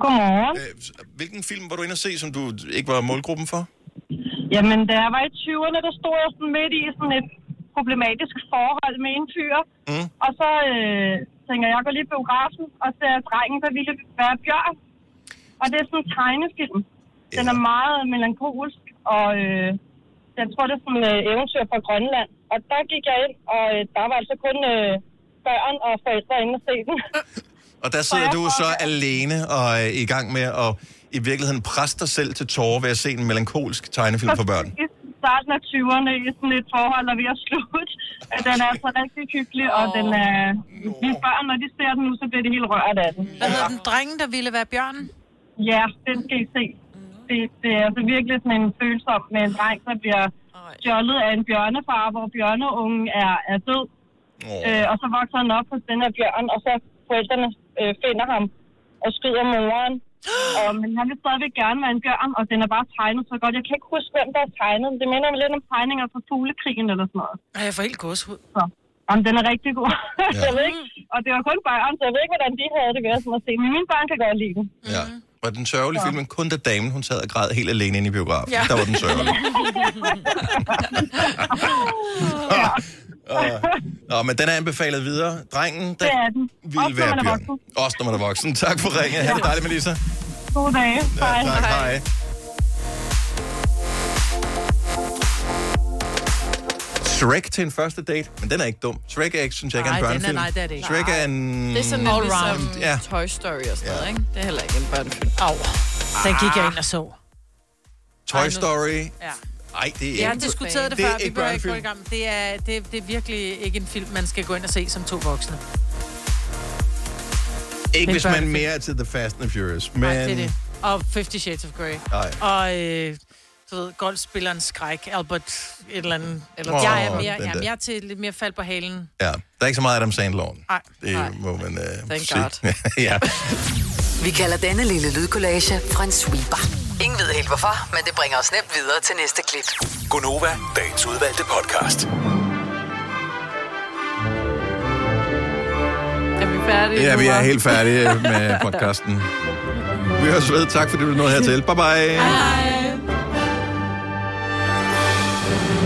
Godmorgen.
Øh, s- hvilken film var du inde og se, som du ikke var målgruppen for?
Jamen, da jeg var i 20'erne, der stod jeg sådan midt i sådan et problematisk forhold med en fyr.
Mm.
Og så øh, tænker jeg, jeg går lige i biografen og ser drengen, der ville være bjørn. Og det er sådan en tegnefilm. Den er meget melankolsk, og øh, jeg tror, det er sådan øh, eventyr fra Grønland. Og der gik jeg ind, og øh, der var altså kun øh, børn og forældre inde og se den.
Og der sidder du så alene og øh, i gang med at i virkeligheden presse dig selv til tårer ved at se en melankolsk tegnefilm for børn.
I starten af 20'erne i sådan et forhold, der er ved at slutte. Men Den er altså rigtig hyggelig, og den er... Vi børn, når de ser den nu, så bliver de helt rørt af den.
Hvad hedder den? Drengen, der ville være bjørnen?
Ja, den skal I se. Det, det er altså virkelig sådan en følsom med en dreng, der bliver stjålet af en bjørnefar, hvor bjørneungen er, er død. Øh, og så vokser han op hos den her bjørn, og så forældrene øh, finder ham og skyder moren. Og, men han vil stadigvæk gerne være en bjørn, og den er bare tegnet så godt. Jeg kan ikke huske, hvem der har tegnet den. Det minder mig lidt om tegninger fra fuglekrigen eller sådan noget.
Ej, jeg får helt gåshud.
Så. Jamen, den er rigtig god. Ja. jeg ved ikke, og det var kun børn, så jeg ved ikke, hvordan de havde det ved at sådan at se. Men mine børn kan godt lide den.
Ja. Var den sørgelige film, men kun da damen hun sad og græd helt alene inde i biografen.
Ja.
Ja. Der var den sørgelige. Og, og, men den er anbefalet videre. Drengen, Mm, der
Det er den. Også
ville
når
være
man er
bjørn. Også når man er voksen. Tak for ringen. Ha' det dejligt, Melissa.
God dag. Hej.
Tak, hej. Shrek til en første date, men den er ikke dum. Shrek er ikke, synes jeg, ikke er en
Nej, den er-
børnefilm.
nej, det er det ikke.
Shrek er en...
Det er sådan lidt ligesom
Ja.
ja. Toy Story og sådan noget, ikke? Det er heller ikke en børnefilm.
Au. Den gik jeg
Ah.
ind og så.
Toy Story.
Ja.
Ej,
Vi
det er ikke...
har diskuteret det,
det er
før, vi
ikke
behøver ikke gå i
børnefilm.
gang. Det er, det, det er virkelig ikke en film, man skal gå ind og se som to voksne.
Ikke
Det er
hvis man
børnefilm.
mere er til The Fast and the Furious, men...
Nej, det er det. Og Fifty Shades of Grey.
Nej.
Og, øh, du ved, golfspilleren Skræk, Albert et eller andet. Eller,
Åh,
jeg, er mere,
den der.
jamen, jeg er til lidt mere fald på halen.
Ja, der er ikke så meget Adam Sandler.
Nej.
Det må man øh,
Thank
se.
God.
ja.
Vi kalder denne lille lydkollage Frans sweeper. Ingen ved helt hvorfor, men det bringer os nemt videre til næste klip.
Gonova, dagens udvalgte podcast.
Er vi færdige?
ja,
nu,
vi er
hva'?
helt færdige med podcasten. Vi høres ved. Tak fordi du nåede hertil. Bye bye.
Hej.